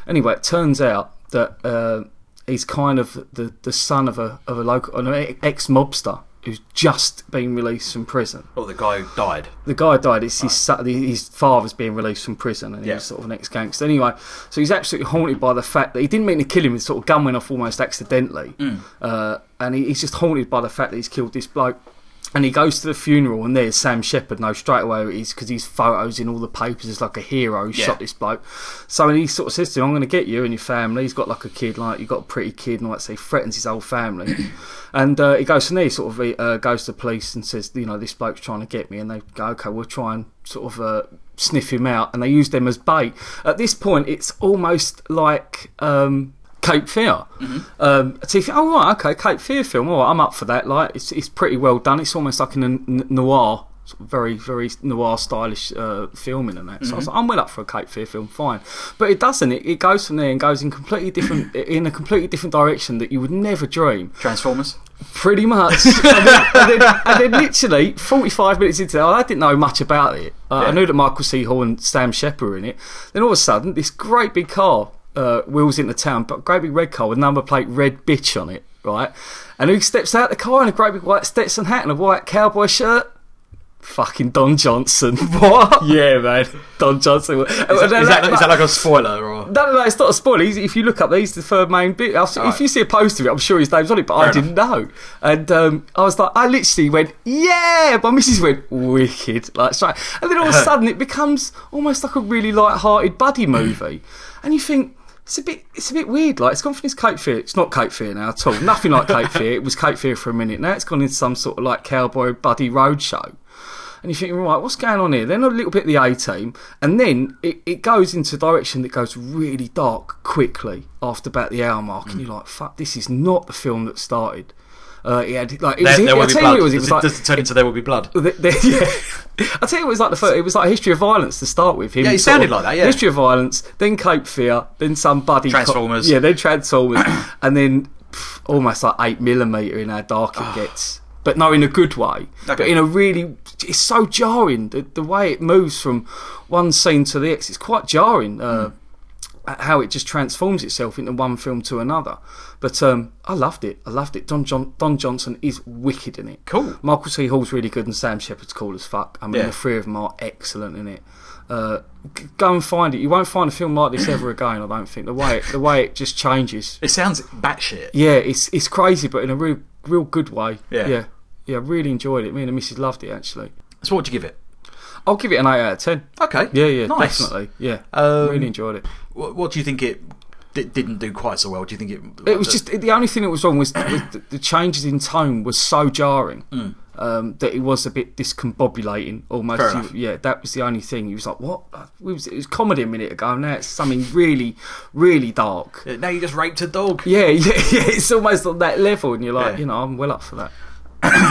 Anyway, it turns out that uh, he's kind of the, the son of a of a local an ex mobster who's just been released from prison. Oh, the guy who died. the guy died. It's his son, his father's being released from prison, and Yeah. he's sort of an ex gangster. Anyway, so he's absolutely haunted by the fact that he didn't mean to kill him. His sort of gun went off almost accidentally, Hmm. uh, and he, he's just haunted by the fact that he's killed this bloke. And he goes to the funeral, and there's Sam Shepard. No, straight away who it is because his photos in all the papers is like a hero. who Yeah. Shot this bloke. So and he sort of says to him, "I'm going to get you and your family." He's got like a kid, like you got a pretty kid, and like so he threatens his whole family. and uh, he goes from there. He sort of he, uh, goes to the police and says, "You know, this bloke's trying to get me." And they go, "Okay, we'll try and sort of." Uh, sniff him out and they use them as bait at this point it's almost like um Cape Fear. Um, so you think, oh right, okay, Cape Fear film. All right, I'm up for that. Like it's it's pretty well done. It's almost like an, n noir, sort of very very noir stylish uh, filming and that. So I was like, I'm well up for a Cape Fear film, fine. But it doesn't. It, it goes from there and goes in completely different in a completely different direction that you would never dream. Transformers. Pretty much. and, then, and, then, and then literally 45 minutes into it, I didn't know much about it. Uh, I Yeah. knew that Michael C. Hall and Sam Shepard were in it. Then all of a sudden, this great big car uh, wheels into town, but great big red car with number plate red bitch on it, right? And who steps out the car in a great big white Stetson hat and a white cowboy shirt? Fucking Don Johnson. What? Yeah, man. Don Johnson. Is that, Is that, is that like a spoiler or? no, no, no, it's not a spoiler. He's, if you look up, he's the third main bit. I've, If Alright. you see a poster of it, I'm sure his name's on it, but I Fair didn't know. And um, I was like, I literally went, yeah. My missus went, wicked. Like, straight. And then all of a sudden, it becomes almost like a really light-hearted buddy movie. and you think, it's a bit, it's a bit weird. Like, it's gone from this Cape Fear. It's not Cape Fear now at all. Nothing like Cape Fear. It was Cape Fear for a minute. Now it's gone into some sort of like cowboy buddy road show and you're thinking, right, what's going on here? Then a little bit of the A team, and then it, it goes into a direction that goes really dark quickly after about the hour mark, Mm. and you're like, fuck, this is not the film that started. Uh, it had, like, it was, There, there I'll will be tell you what blood. it was, it does, was it, like, does it turn into there will be blood? the- the- yeah. I tell you, it was like the first, it was like a history of violence to start with. Him Yeah, it sort sounded of- like that, yeah. history of violence, then Cape Fear, then some buddy cop- Transformers. yeah, then Transformers, and then pff, almost like eight millimeter in how dark it gets, but no, in a good way. But Okay. in a really, it's so jarring the, the way it moves from one scene to the next. It's quite jarring. Hmm. Uh, at How it just transforms itself into one film to another, but um, I loved it. I loved it. Don John Don Johnson is wicked in it. Cool. Michael C. Hall's really good and Sam Shepard's cool as fuck. I mean, Yeah. the three of them are excellent in it. Uh, g- go and find it. You won't find a film like this ever again. I don't think the way it, the way it just changes. It sounds batshit. Yeah, it's it's crazy, but in a real real good way. Yeah. yeah, yeah. I really enjoyed it. Me and the missus loved it actually. So what would you give it? I'll give it an eight out of ten. Okay. Yeah, yeah, nice. definitely. Yeah, Um, really enjoyed it. What, what do you think it di- didn't do quite so well? Do you think it? It was just the only thing that was wrong was, was the, the changes in tone was so jarring Hmm. um, that it was a bit discombobulating almost. Fair You- enough. yeah, that was the only thing. You was like, what? It was, it was comedy a minute ago. Now it's something really, really dark. Uh, now you just raped a dog. Yeah, yeah, yeah. It's almost on that level, and you're like, Yeah. you know, I'm well up for that.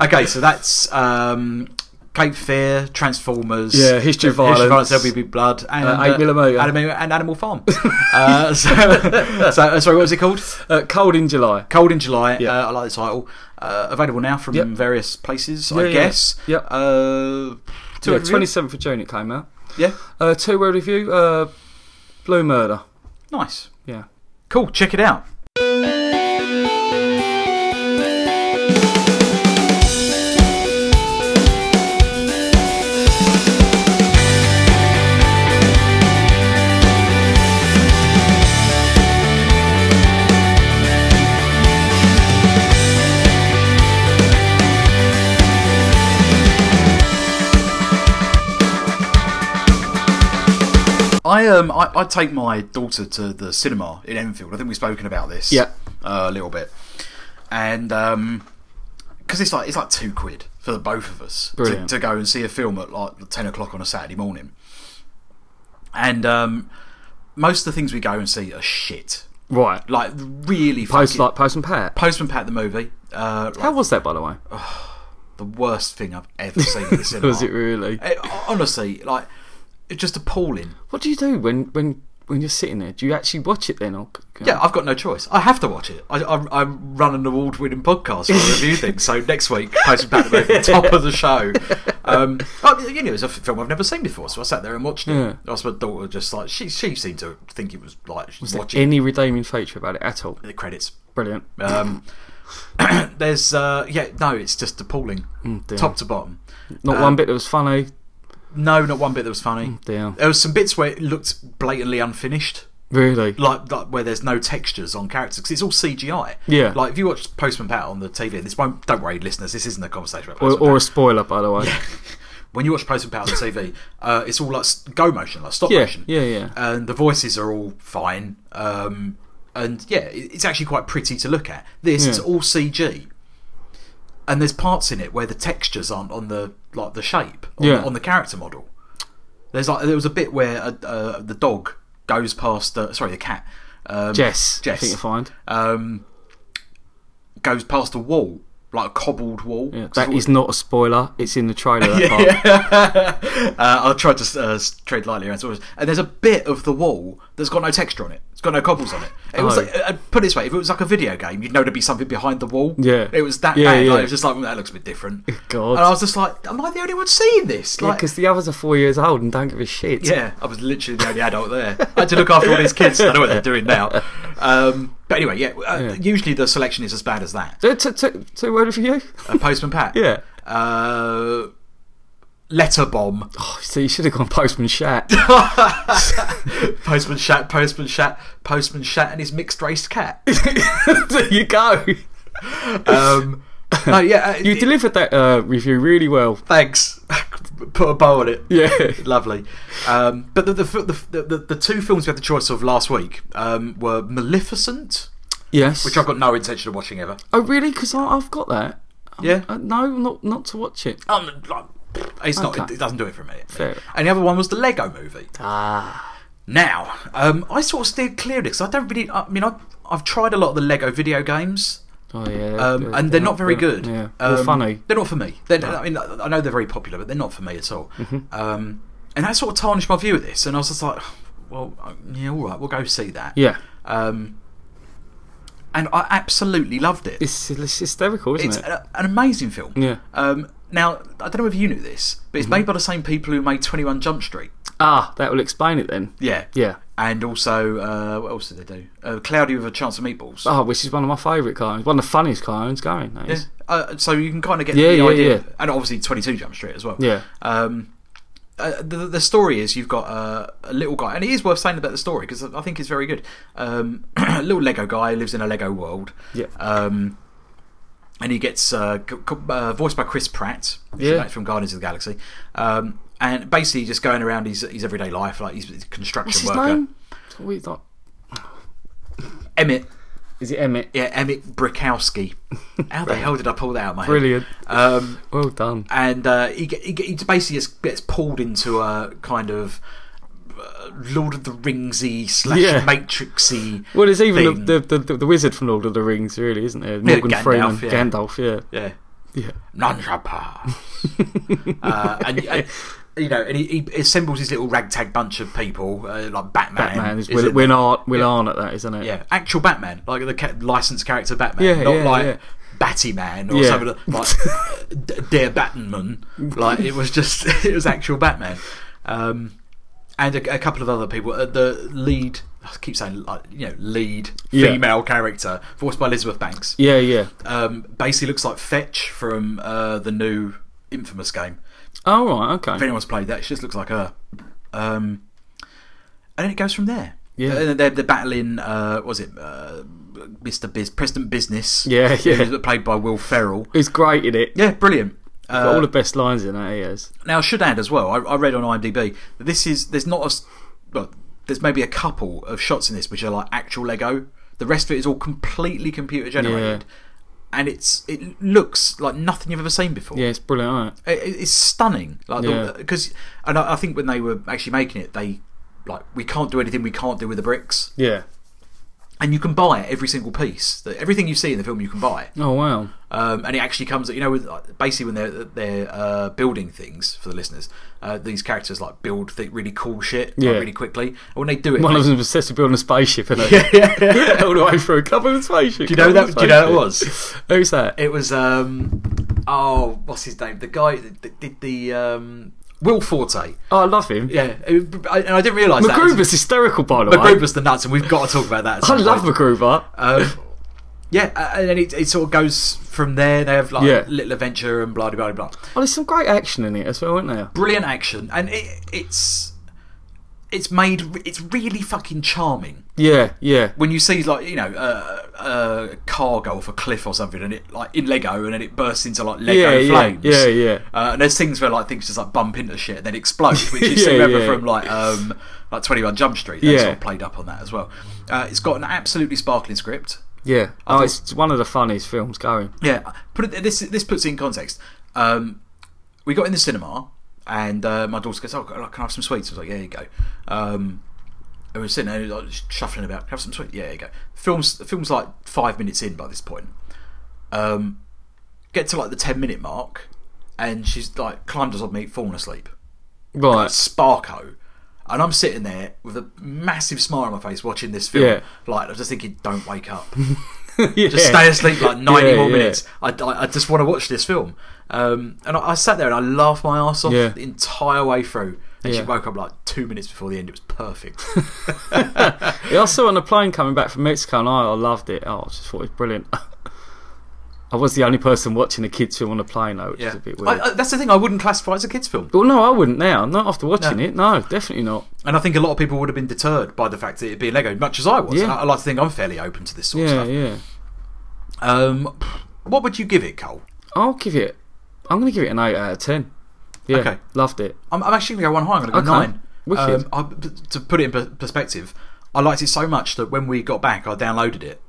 Okay, so that's um, Cape Fear, Transformers, Yeah, History of Violence. There'll Be Big Blood, and Uh, Eight Millimetre. Animal, and Animal Farm. uh, so, so, uh, sorry, what was it called? Uh, Cold in July. Cold in July. Yeah. Uh, I like the title. Uh, available now from Yep. various places, Yeah, I yeah. guess. Yep. Uh, two Yeah, review? 27th of June it came out. Yeah. Uh, two word review. Uh, Blue Murder. Nice. Yeah. Cool. Check it out. I um I, I take my daughter to the cinema in Enfield. I think we've spoken about this. Yeah. uh, a little bit, and um 'cause because it's like it's like two quid for the both of us to, Brilliant. to go and see a film at like ten o'clock on a Saturday morning, and um most of the things we go and see are shit. Right. Like really Post fucking- like Post and Pat. Postman Pat the movie. Uh, like How was that, by the way? the worst thing I've ever seen in the cinema. was it really? It- honestly, like, it's just appalling. What do you do when when when you're sitting there? Do you actually watch it then? Or Yeah, I've got no choice. I have to watch it. I, I, I run an award-winning podcast for a review thing. So next week, Postman Pat the movie, top of the show. Um, oh, you know, it's a film I've never seen before, so I sat there and watched it. Yeah. I was my daughter just like she she seemed to think it was like she's Is there watching any redeeming feature about it at all? the credits. Brilliant. Um, there's uh, yeah, no, it's just appalling, dear. top to bottom. Not um, one bit that was funny. No, not one bit that was funny. dear. There was some bits where it looked blatantly unfinished, Really? like, like where there's no textures on characters because it's all CGI. Yeah. Like if you watch Postman Pat on the TV, this won't. Don't worry, listeners, this isn't a conversation about or, Postman or a Pat. spoiler, by the way. When you watch Postman Pat on the TV, uh, it's all like s- go motion, like stop Yeah, motion. yeah, yeah. And the voices are all fine. Um, and yeah, it- it's actually quite pretty to look at. This Yeah. is all CG. And there's parts in it where the textures aren't on the like the shape on, Yeah. on the character model. There's like there was a bit where uh, uh, the dog goes past the sorry the cat. Um, Jess, I Jess, think you find. um, goes past a wall, like a cobbled wall. Yeah, that is not a spoiler. It's in the trailer. That part. Uh, I tried to uh, s- tread lightly around sort of- and there's a bit of the wall that's got no texture on it. It's got no cobbles on it. It was Oh. like, uh, put it this way: if it was like a video game, you'd know there'd be something behind the wall. Yeah. it was that Yeah, bad. yeah. Like, it was just like well, that looks a bit different. God. and I was just like, am I the only one seeing this? Like, because the others are four years old and don't give a shit. Yeah, I was literally the only adult there. I had to look after all these kids. I don't know what they're doing now. Um, but anyway, yeah, uh, Yeah. Usually the selection is as bad as that. Two, two, two, two word for you. A postman Pat. Yeah. Uh, letter bomb. Oh, so you should have gone postman shat. Postman shat. Postman shat. Postman shat, and his mixed race cat. there you go. Um, no, yeah. uh, You it- delivered that uh, review really well. Thanks. Put a bow on it. Yeah. Lovely. Um, but the the, the the the two films we had the choice of last week um, were Maleficent, Yes. which I've got no intention of watching ever. Oh, really? Because I've got that. Yeah. Uh, no, not not to watch it. Um, like, it's not. Okay. It doesn't do it for me. Fair. And the other one was the Lego Movie. Ah. Now, um, I sort of steered clear of it because I don't really. I mean, I've, I've tried a lot of the Lego video games, Oh yeah. um, and they're not very good. Yeah. Um, or funny. They're not for me. They're, I mean, I know they're very popular, but they're not for me at all. Um, and that sort of tarnished my view of this. And I was just like, well, uh, yeah, all right, we'll go see that. Yeah. Um, and I absolutely loved it. It's, it's hysterical, isn't It's it? a, an amazing film. Yeah. Um, now, I don't know if you knew this, but it's made by the same people who made 21 Jump Street. ah, that will explain it then. Yeah. Yeah. And also, uh, what else did they do? Uh, Cloudy with a Chance of Meatballs. Oh, which is one of my favourite cartoons. One of the funniest cartoons going. That Yeah. is. Uh, so you can kind of get Yeah, the yeah, idea. yeah. And obviously 22 Jump Street as well. Yeah. Um, uh, the, the story is you've got uh, a little guy, and it is worth saying about the story because I think it's very good. Um, a little Lego guy lives in a Lego world. Yeah. Um, and he gets uh, c- c- uh, voiced by Chris Pratt, if you Yeah. know, from Guardians of the Galaxy. Um, and basically just going around his, his everyday life, like he's a construction What's his worker. name? It's always like- Emmett, Is it Emmett? yeah, Emmett Brickowski. How the hell did I pull that out of my head? Brilliant. Um, Well done. and uh, he, ge- he, ge- he basically just gets pulled into a kind of uh, Lord of the Ringsy slash Yeah. Matrixy. Well, there's even thing. the, the, the the wizard from Lord of the Rings, really, isn't there? Morgan Gandalf, Freeman, yeah. Gandalf, yeah, yeah, yeah. none shall pass. uh, and, and, you know, and he, he assembles his little ragtag bunch of people uh, like Batman. Batman is is Will, in Will there. Arnett, Will Arnett, that isn't it? yeah, actual Batman, like the ca- licensed character Batman, Yeah, not yeah, like yeah. Battyman or Yeah. something like D- Dare Batman. Like it was just it was actual Batman, um, and a, a couple of other people. Uh, the lead, I keep saying like, you know lead Yeah. female character voiced by Elizabeth Banks. yeah, yeah. Um, basically looks like Fetch from uh, the new Infamous game Oh right, okay. if anyone's played that, she just looks like her. Um, and then it goes from there. Yeah. And then they're, they're battling. Uh, what was it uh, Mr. Biz, President Business? Yeah, yeah. who's played by Will Ferrell. He's great in it. Yeah, brilliant. Got all Uh, the best lines in that. He has. now, I should add as well. I, I read on IMDb that this is there's not a s- well, there's maybe a couple of shots in this which are like actual Lego. The rest of it is all completely computer generated, and it's it looks like nothing you've ever seen before. Yeah, it's brilliant, isn't it? It- it- it's stunning. Like Yeah. because, and I, I think when they were actually making it, they like we can't do anything we can't do with the bricks, Yeah. and you can buy every single piece. The- Everything you see in the film, you can buy. Oh wow. Um, and it actually comes, you know, with, uh, basically when they're they're uh, building things for the listeners, uh, these characters like build th- really cool shit like, Yeah. really quickly. And when they do it, One they- of them's obsessed with building a spaceship, isn't it? Yeah. All the way through a couple of spaceship. do you know couple that? of Do you know that spaceship. was? Who's that? It was um, oh, what's his name? The guy that did the um, Will Forte. Oh, I love him. Yeah, it- I- and I didn't realise that. MacGruber's hysterical, by the way. MacGruber's the nuts, and we've got to talk about that. at I some love point. MacGruber. Um, yeah, uh, and then it, it sort of goes from there. They have like Yeah. little adventure and blah blah blah. blah. Oh, there's some great action in it as well, isn't there? brilliant action, and it, it's it's made it's really fucking charming Yeah, yeah. when you see like you know uh, uh, a car go off a cliff or something, and it like in Lego, and then it bursts into like Lego Yeah, yeah, flames. yeah, yeah. Uh, and there's things where like things just like bump into shit and then explode, which is Yeah, remember yeah. from like um like Twenty One Jump Street. They Yeah. sort of played up on that as well. Uh, it's got an absolutely sparkling script. Yeah. Oh, it's one of the funniest films going. Yeah, put it, this this puts it in context. Um, we got in the cinema, and uh, my daughter goes, "Oh, can I have some sweets?" I was like, "Yeah, here you go." Um, and we were sitting there like, shuffling about, "Have some sweets?" Yeah, here you go. Films the film's like five minutes in by this point. Um, get to like the ten minute mark, and she's like climbed us on me, fallen asleep. Right. Sparko. And I'm sitting there with a massive smile on my face watching this film. Yeah. Like, I'm just thinking, don't wake up. yeah. Just stay asleep like 90 Yeah, more yeah. minutes. I, I, I just want to watch this film. Um, and I, I sat there and I laughed my ass off Yeah. the entire way through. And she Yeah. woke up like two minutes before the end. It was perfect. Yeah, I saw it on a plane coming back from Mexico and I, I loved it. Oh, I just thought it was brilliant. I was the only person watching a kids' film on a plane, though, which is yeah. a bit weird. I, I, that's the thing. I wouldn't classify it as a kids' film. well, no, I wouldn't now. Not after watching No. it. No, definitely not. And I think a lot of people would have been deterred by the fact that it'd be a Lego, much as I was. Yeah. And I, I like to think I'm fairly open to this sort Yeah, of stuff. yeah. Um, what would you give it, Cole? I'll give it. I'm going to give it an eight out of ten. Yeah, Okay. loved it. I'm, I'm actually going to go one higher. I'm going to go Okay. nine. Wicked. Um, I, p- to put it in per- perspective, I liked it so much that when we got back, I downloaded it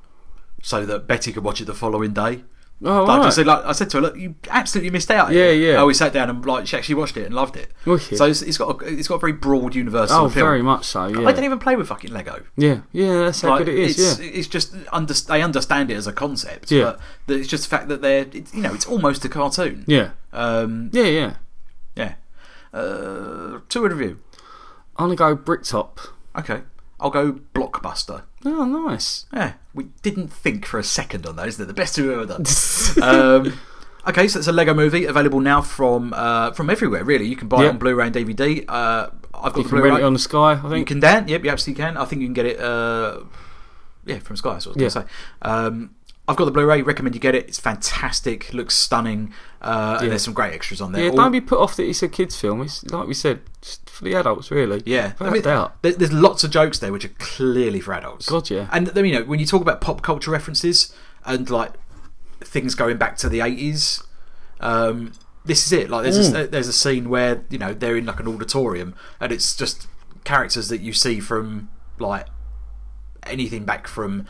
so that Betty could watch it the following day. Oh, Like, I, right. said, like, I said to her, "Look, you absolutely missed out." Yeah, here." yeah. Oh, we sat down and like she actually watched it and loved it. Wicked. So it's, it's got a, it's got a very broad universe. oh, of film. very much so. Yeah, I don't even play with fucking Lego. yeah, yeah. That's how Like, good it is. it's, yeah, it's just under, they understand it as a concept, Yeah. but the- it's just the fact that they're it's, you know it's almost a cartoon. yeah, Um, yeah, yeah. yeah. Uh, two in review. I'm gonna go Bricktop. Okay. I'll go blockbuster. Oh, nice. Yeah. Eh, We didn't think for a second on those. They're the best we've ever done. um, okay, so it's a Lego movie available now from uh, from everywhere, really. You can buy it Yep. on Blu ray and DVD. Uh, I've got You the can Blu rent it ray. on the Sky. I You think. can, Dan? Yep, you absolutely can. I think you can get it. Uh, yeah, from Sky, that's what I was Yeah. going to say. Um, I've got the Blu ray. Recommend you get it. It's fantastic. Looks stunning. Uh, Yeah. And there's some great extras on there. yeah, All- don't be put off that it's a kids' film. It's like we said, it's for the adults, really. Yeah, without doubt. there- there's lots of jokes there which are clearly for adults. God, yeah. And you know, when you talk about pop culture references and like things going back to the eighties, um, this is it. Like, there's Mm. a, there's a scene where you know they're in like an auditorium and it's just characters that you see from like anything back from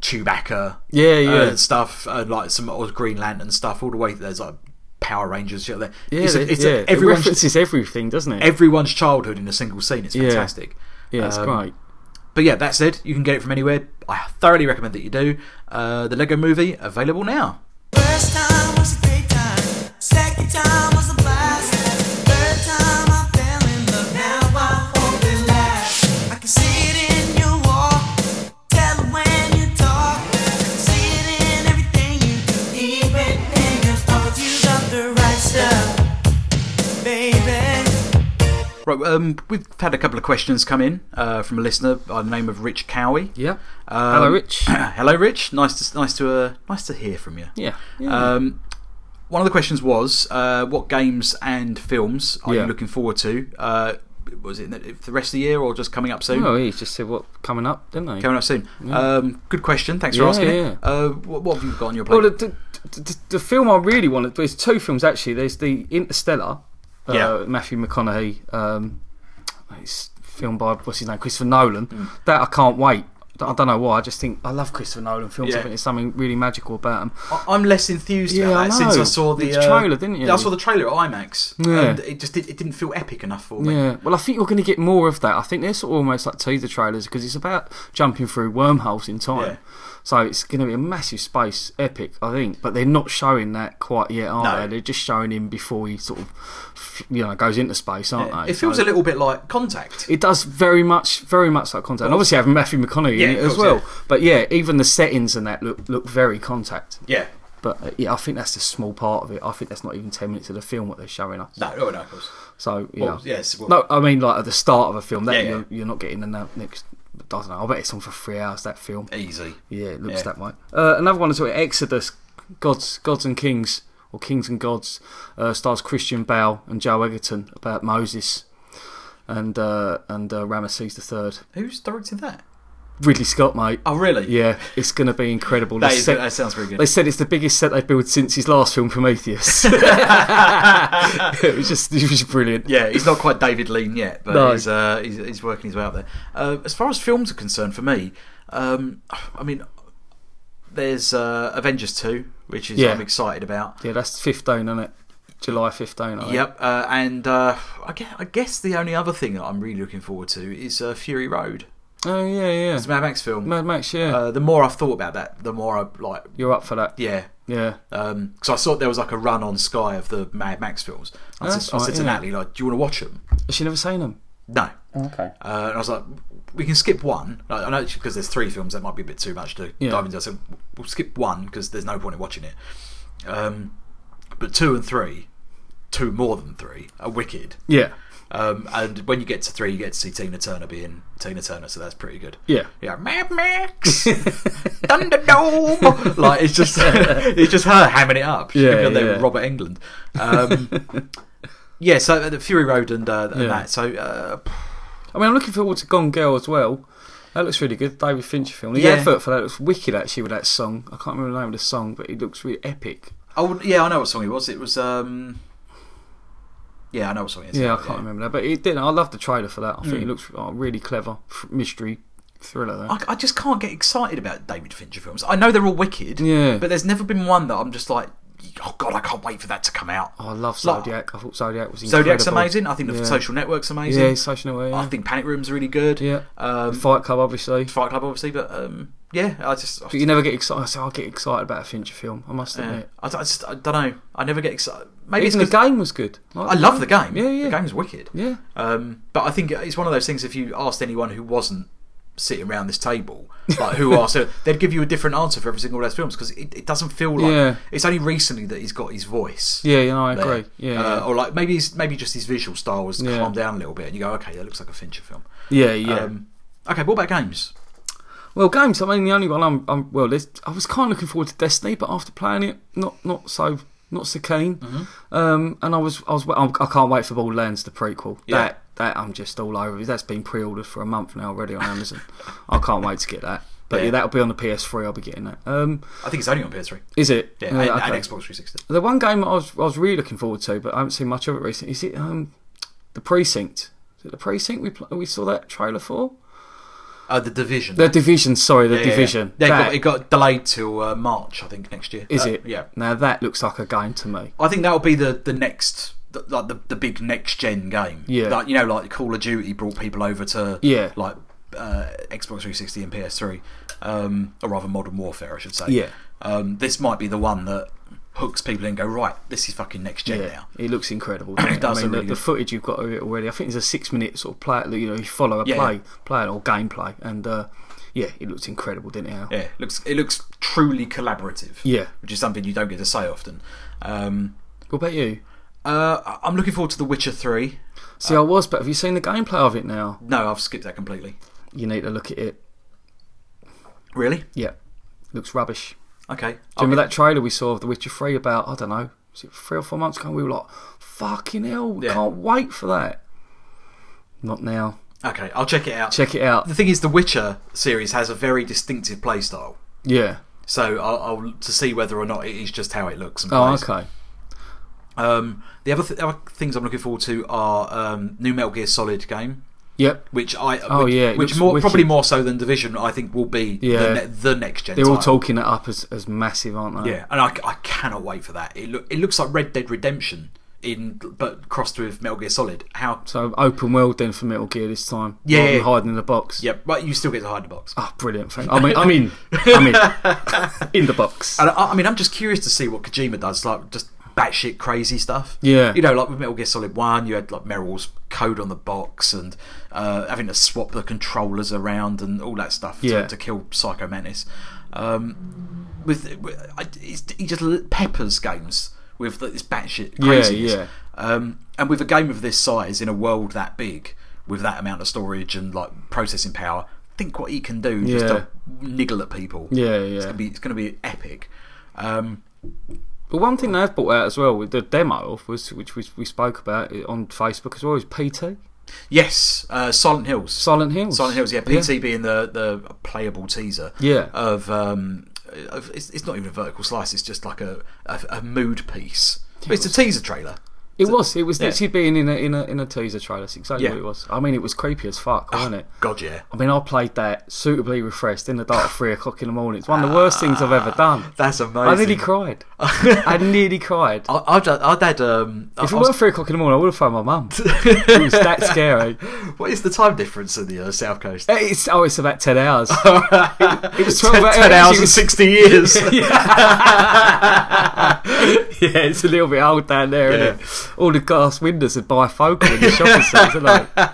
Chewbacca, Yeah, yeah. and stuff, and like some old Green Lantern stuff, all the way there's like Power Rangers. shit like that. Yeah, it's, a- it- it's yeah. a- It everyone's- references everything, doesn't it? everyone's childhood in a single scene. It's Yeah. fantastic. yeah, it's Um, great. But yeah, that's it. You can get it from anywhere. I thoroughly recommend that you do. Uh, the Lego Movie available now. First time was a great time. Second time was a blast. Third time I fell in love. Now I hope it lasts. I can see it in your walk. Tell it when you talk. I can see it in everything you do, even in your thoughts. You got the right stuff, baby. Right, um, we've had a couple of questions come in uh, from a listener by the name of Rich Cowie. Yeah. Um, Hello, Rich. hello, Rich. Nice to nice to uh, nice to hear from you. yeah. yeah. Um, one of the questions was, uh, what games and films are Yeah. you looking forward to? Uh, was it the- the rest of the year or just coming up soon? oh, he just said what coming up, didn't they? Coming up soon. Um, good question. Thanks for Yeah, asking yeah. it. Uh, what, what have you got on your plate? Well, the, the, the, the film I really want to. There's two films actually. There's the Interstellar. Uh, Yeah. Matthew McConaughey. Um, it's film by what's his name, Christopher Nolan. Hmm. That I can't wait. I don't know why. I just think I love Christopher Nolan films. Yeah. I think there's something really magical about them. I- I'm less enthused Yeah, about I that since know. I saw the, uh, The trailer, didn't you? I saw the trailer at IMAX, Yeah. and it just did, it didn't feel epic enough for me. Yeah, well, I think you're going to get more of that. I think they're sort of almost like teaser trailers because it's about jumping through wormholes in time. Yeah. So it's going to be a massive space epic, I think. But they're not showing that quite yet, are No. they? They're just showing him before he sort of, you know, goes into space, aren't they? It feels So a little bit like Contact. It does very much, very much like Contact. And obviously having Matthew McConaughey Yeah, in it of as course, well. yeah. But yeah, even the settings and that look look very Contact. yeah. But uh, yeah, I think that's a small part of it. I think that's not even ten minutes of the film what they're showing us. No, oh no, of course. So yeah, Well, yes, well- no, I mean like at the start of a film that Yeah, yeah. you're, you're not getting in the next. I don't know. I bet it's on for three hours. That film. Easy. Yeah, it looks Yeah. that way. Uh, another one is sort of Exodus, Gods, Gods and Kings, or Kings and Gods, uh, stars Christian Bale and Joe Egerton about Moses and uh, and uh, Ramesses the Third. Who's directed that? Ridley Scott, mate. Oh, really? Yeah, it's going to be incredible. That, They is, said- that sounds very good. they said it's the biggest set they've built since his last film, Prometheus. it was just, it was brilliant. Yeah, he's not quite David Lean yet, but No. he's, uh, he's he's working his way out there. Uh, as far as films are concerned, for me, um, I mean, there's uh, Avengers two, which is Yeah. I'm excited about. Yeah, that's 15, isn't it? July 15, I think. Yep, uh, and uh, I, guess, I guess the only other thing that I'm really looking forward to is uh, Fury Road. Oh, yeah, yeah. It's a Mad Max film. Mad Max, yeah. Uh, the more I've thought about that, the more I like. You're up for that. Yeah, Yeah. because I saw there was like a run on Sky of the Mad Max films. I, That's said, I said right, to yeah. Natalie, like, "Do you want to watch them?" Has she never seen them? No. Okay. Uh, and I was like, we can skip one. I I know because there's three films that might be a bit too much to Yeah. dive into. I said we'll skip one because there's no point in watching it. Um, but two and three, two more than three, are wicked. Yeah. Um, and when you get to three, you get to see Tina Turner being Tina Turner, so that's pretty good. Yeah. Yeah, Mad Max, Thunderdome. like it's just it's just her hamming it up. She's Yeah, gonna be on there with yeah. Robert England. Um, yeah, so uh, the Fury Road and, uh, and Yeah. that. So uh, I mean, I'm looking forward to Gone Girl as well. That looks really good. David Fincher film. The Yeah. effort for that looks wicked, actually, with that song. I can't remember the name of the song, but it looks really epic. Oh yeah, I know what song it was. It was um. Yeah, I know what song it is. Yeah, I can't remember that. But it did. I love the trailer for that. I think it looks oh, really clever. F- mystery thriller, though. Mm. I, I just can't get excited about David Fincher films. I know they're all wicked. Yeah. But there's never been one that I'm just like, oh god, I can't wait for that to come out. Oh, I love Like- Zodiac. I thought Zodiac was incredible. Zodiac's amazing. I think the Yeah. Social Network's amazing. Yeah, Social Network, I yeah. think Panic Room's really good. Yeah. Um, Fight Club, obviously. Fight Club, obviously, but um, yeah, I just. I, But you never get excited. I say, I'll get excited about a Fincher film. I must yeah. admit. I, don't- I just, I don't know. I never get excited. Maybe Even the it's 'cause- game was good. I love the game. Yeah, yeah. The game's wicked. Yeah. Um, but I think it's one of those things. If you asked anyone who wasn't sitting around this table, like who asked, her, they'd give you a different answer for every single one of those films because it, it doesn't feel like Yeah. it's only recently that he's got his voice. Yeah, yeah, no, I there. agree. Yeah, Uh, yeah. Or like maybe his, maybe just his visual style was Yeah. calmed down a little bit, and you go, okay, that looks like a Fincher film. yeah, yeah. Um, okay, what about games? well, games. I mean, the only one I'm, I'm well, this, I was kind of looking forward to Destiny, but after playing it, not not so not so keen. Mm-hmm. Um, and I was I was I'm, I can't wait for Borderlands the prequel. Yeah. That that I'm just all over. That's been pre-ordered for a month now already on Amazon. I can't wait to get that. But yeah. Yeah. that'll be on the PS3. I'll be getting that. Um, I think it's only on PS3. is it? Uh, Yeah, and, and okay. Xbox 360. The one game I was I was really looking forward to, but I haven't seen much of it recently. Is it um, the Precinct? Is it the Precinct we pl- we saw that trailer for? Uh, the Division. The Division, sorry, the Yeah, yeah, yeah. Division. Yeah, it got- That- it got delayed till uh, March, I think, next year. is Uh, it? Yeah. Now that looks like a game to me. I think that'll be the the next the, like the the big next gen game. Yeah. like you know, like Call of Duty brought people over to Yeah. like uh, Xbox 360 and PS3, um, or rather Modern Warfare, I should say. Yeah. um, this might be the one that hooks people in and go right. This is fucking next gen now. it looks incredible. doesn't It does I look mean, really the, the good. footage you've got of it already. I think it's a six-minute sort of play. You know, you follow a Yeah, play, yeah. play or gameplay, and uh, yeah, it looks incredible, didn't it? Al? Yeah, it looks it looks truly collaborative. Yeah. which is something you don't get to say often. Um, What about you? uh, I- I'm looking forward to The Witcher Three. See, Uh, I was, but have you seen the gameplay of it now? No, I've skipped that completely. You need to look at it. Really? Yeah, looks rubbish. Okay. Do you remember that trailer we saw of The Witcher 3 about, I don't know, was it three or four months ago? We were like, fucking hell, we Yeah. can't wait for that. Not now. Okay, I'll check it out. Check it out. The thing is, the Witcher series has a very distinctive playstyle. Yeah. So I'll, I'll to see whether or not it is just how it looks. And Oh, plays. okay. Um, the other, th- other things I'm looking forward to are um, new Metal Gear Solid game. Yep. Which I, Oh, which, yeah, it which looks more probably wicked. more so than Division, I think will be Yeah. the, ne- the next gen. They're all title. talking it up as, as massive, aren't they? Yeah, and I, I cannot wait for that. It look it looks like Red Dead Redemption in but crossed with Metal Gear Solid. How? So open world then for Metal Gear this time. Yeah. Rather than hiding in the box. Yeah, but you still get to hide the box. Oh, brilliant. Thank I mean, I mean, I mean, in the box. And I, I mean, I'm just curious to see what Kojima does, like just batshit crazy stuff. Yeah. you know, like with Metal Gear Solid One, you had like Meryl's code on the box and uh, having to swap the controllers around and all that stuff Yeah. to, to kill Psycho Menace. Um, with, with I, it's, he just l- peppers games with this batshit Yeah, craziness. yeah. Um, and with a game of this size in a world that big, with that amount of storage and like processing power, think what he can do just Yeah. to niggle at people. Yeah, It's yeah. gonna be it's gonna be epic. Um, But one thing they have brought out as well, with the demo of, was which we, we spoke about it on Facebook as well, is PT yes, uh, Silent Hills. Silent Hills. Silent Hills. Yeah, PT being the the playable teaser. Yeah. Of um, of, it's, it's not even a vertical slice. It's just like a a, a mood piece. But it's a teaser trailer. It was. It was Yeah. literally being in a in a in a teaser trailer. That's exactly Yeah. Ah. what it was. I mean, it was creepy as fuck, wasn't it? God, yeah. I mean, I played that suitably refreshed in the dark at three o'clock in the morning. It's one of the worst things I've ever done. Ah, That's amazing. I nearly cried. I nearly cried. I, I'd, I'd had um. I- If it I was- weren't three o'clock in the morning, I would have phoned my mum. it was that scary. what is the time difference in the uh, South Coast? It's oh, it's about ten hours. it, it was twelve hours. Ten hours It and was- sixty years. Yeah, it's a little bit old down there, isn't Yeah. it? All the glass windows are bifocal in the shopping centres, aren't they?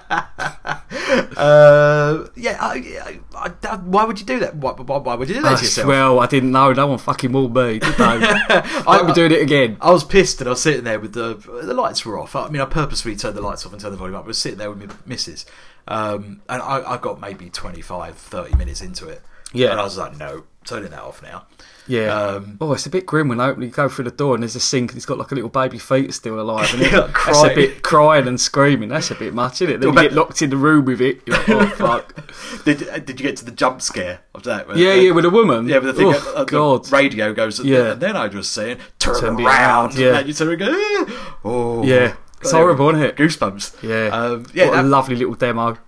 Uh, yeah, I, I, I, why would you do that? Why, why, why would you do that I to yourself? Well, I didn't know. No one fucking warned me. Did they? I, am doing it again. I was pissed and I was sitting there with the the lights were off. I mean, I purposely turned the lights off and turned the volume up. I was sitting there with my missus, um, and I, I got maybe 25, 30 minutes into it. Yeah. and I was like, no, turning that off now. Yeah. Um, oh, it's a bit grim when I open. You go through the door and there's a sink. and It's got like a little baby feet still alive. And it, Yeah, that's a crying. bit crying and screaming. That's a bit much, isn't it? Then you Well, get that- locked in the room with it. You're like, oh fuck. Did uh, Did you get to the jump scare of that? Where- Yeah, uh, yeah, with a woman. Yeah, but the thing, Oh, uh, uh, the God. radio goes, Yeah. yeah. and then I just say, turn, Turn me around, around, yeah. and you turn and go, "Ah." oh, Yeah. It's horrible, isn't it? Goosebumps. Yeah. um, yeah. what a that- lovely little demo.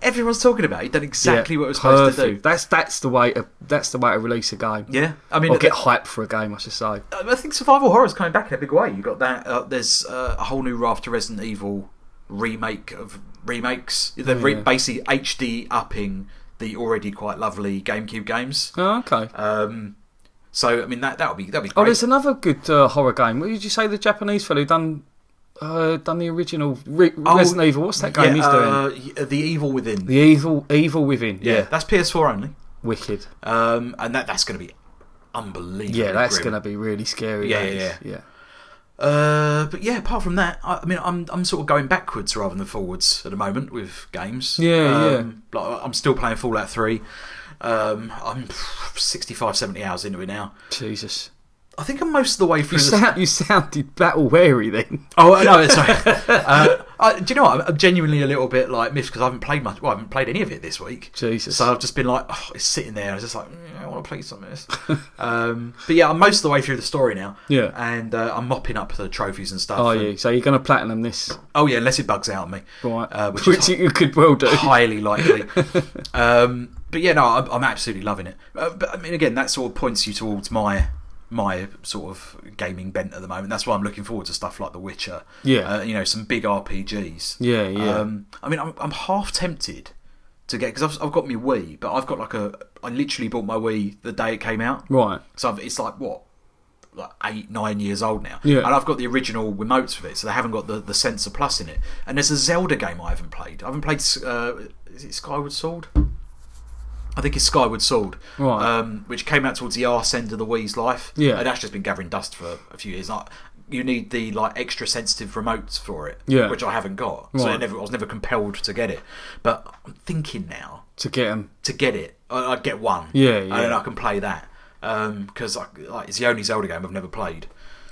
everyone's talking about. it. He done exactly Yeah, what it was supposed to perfect. do. That's that's the way. To, that's the way to release a game. Yeah, I mean, Or get hype for a game, I should say. I think survival horror's coming back in a big way. You got that. Uh, there's uh, a whole new raft of Resident Evil remake of remakes. They're re- Oh, yeah. basically HD upping the already quite lovely GameCube games. Oh, okay. Um, so I mean that that would be that would be oh, great. there's another good uh, horror game. What did you say? The Japanese fellow who done uh, done the original Re- Oh, uh, Resident Evil. What's that game he's doing? he's doing? The Evil Within. The Evil Evil Within. Yeah, yeah, that's PS4 only, wicked. um, and that that's going to be unbelievable. Yeah, that's grim. gonna be really scary. Yeah, that yeah, is. yeah. Uh, but yeah, apart from that, I, I mean, I'm I'm sort of going backwards rather than forwards at the moment with games. Yeah, um, yeah. Like, I'm still playing Fallout Three. Um, I'm 65, 70 hours into it now. Jesus, I think I'm most of the way through. you the... sound you sounded battle weary then. Oh no, sorry. uh, I, do you know what? I'm- I'm genuinely a little bit like miffed because I haven't played much. Well, I haven't played any of it this week. Jesus. So I've just been like, oh, it's sitting there. I was just like, mm, I want to play some of this. um, but yeah, I'm most of the way through the story now. Yeah. And uh, I'm mopping up the trophies and stuff. Oh and- yeah, so you're gonna platinum this, Oh yeah, unless it bugs out on me, right? Uh, which, which is you could well do. highly likely. um, but yeah, no, I'm, I'm absolutely loving it. Uh, but I mean, again, that sort of points you towards my my sort of gaming bent at the moment. That's why I'm looking forward to stuff like The Witcher. Yeah. uh, you know, some big RPGs. Yeah, yeah. Um, I mean, I'm, I'm half tempted to get because I've, I've got my Wii, but I've got like a I literally bought my Wii the day it came out. Right. So I've, it's like what, like eight, nine years old now. Yeah. And I've got the original remotes for it, so they haven't got the, the Sensor Plus in it. And there's a Zelda game I haven't played. I haven't played. Uh, is it Skyward Sword? I think it's Skyward Sword, Right. um, which came out towards the arse end of the Wii's life. Yeah. and that's just been gathering dust for a few years. Like, you need the like extra sensitive remotes for it, Yeah. which I haven't got, so I Right. never I was never compelled to get it. But I'm thinking now To get him. to get it, I- I'd get one. Yeah, yeah. And then I can play that because I, like, it's the only Zelda game I've never played.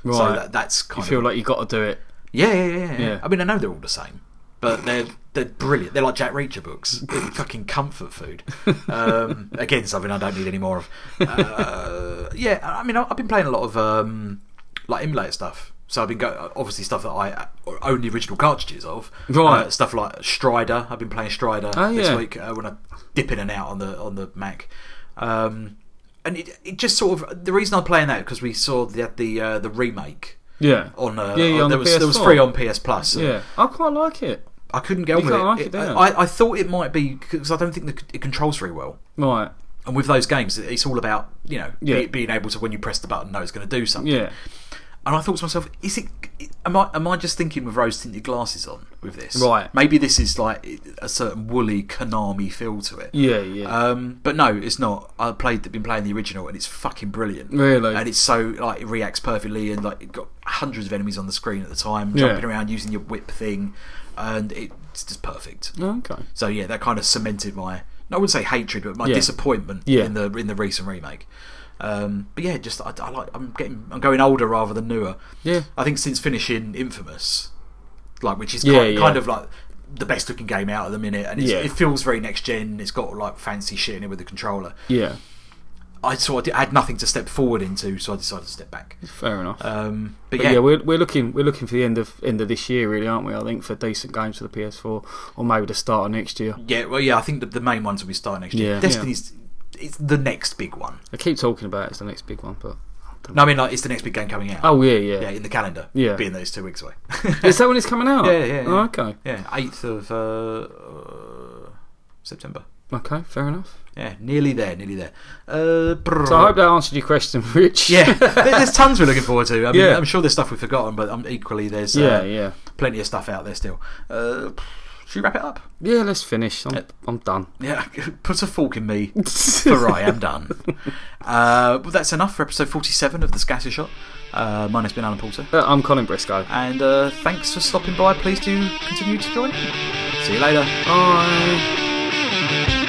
So Right. that, that's You kind feel of like you got to do it. yeah, yeah, yeah, yeah, Yeah. I mean, I know they're all the same, but they're they're brilliant. They're like Jack Reacher books. They're fucking comfort food. Um, again, something I don't need any more of. Uh, yeah, I mean, I- I've been playing a lot of um, like emulator stuff. So I've been go- obviously stuff that I uh, own the original cartridges of. Right. Uh, stuff like Strider. I've been playing Strider Oh, this yeah. week uh, when I dip in and out on the on the Mac. Um, and it, it just sort of the reason I'm playing that because we saw the the uh, the remake Yeah. on, uh, Yeah, yeah, on- on there the was there was PS4. free on PS Plus. Yeah, I quite like it. I couldn't get on You with it. can't like it, do you? I, I thought it might be because I don't think the, it controls very well. Right. And with those games, it's all about you know be- Yeah. being able to when you press the button know it's going to do something. Yeah. And I thought to myself, is it? Am I am I just thinking with rose tinted glasses on with this? Right. Maybe this is like a certain woolly Konami feel to it. Yeah, yeah. Um, but no, it's not. I played, been playing the original, and it's fucking brilliant. Really? and it's so like it reacts perfectly, and like it got hundreds of enemies on the screen at the time, Yeah. jumping around using your whip thing, and it's just perfect. okay. So yeah, that kind of cemented my I wouldn't say hatred, but my Yeah. disappointment Yeah. in the in the recent remake. Um, but yeah, just I, I like I'm getting I'm going older rather than newer. Yeah. I think since finishing Infamous, like which is Yeah, kind, yeah. kind of like the best looking game out at the minute, and it's, Yeah. it feels very next gen. It's got like fancy shit in it with the controller. Yeah. I sort of I had nothing to step forward into, so I decided to step back. Fair enough. Um, but, But yeah, we're, we're looking we're looking for the end of end of this year, really, aren't we? I think for decent games for the PS4, or maybe the start of next year. yeah, well, yeah. I think the, the main ones will be starting next year. Yeah. Destiny's it's the next big one. I keep talking about it's the next big one, but No, I mean like it's the next big game coming out. oh yeah, yeah. yeah, in the calendar. Yeah. being that it's two weeks away. Is that when it's coming out? Yeah, yeah, yeah. Oh, okay, yeah, eighth of uh, uh, September. okay, fair enough. Yeah, nearly there, nearly there. Uh, brrr. So I hope that answered your question, Rich. yeah, there- there's tons we're looking forward to. I mean, Yeah. I'm sure there's stuff we've forgotten, but um, equally there's uh, yeah, yeah, plenty of stuff out there still. Uh, should we wrap it up? yeah. Let's finish. Uh, I'm, I'm done. Yeah, put a fork in me, for I am done. Uh, well, that's enough for episode 47 of The Scatter Shot. Uh, my name's been Alan Porter, Uh, I'm Colin Briscoe. and uh, thanks for stopping by. Please do continue to join in. See you later. Bye.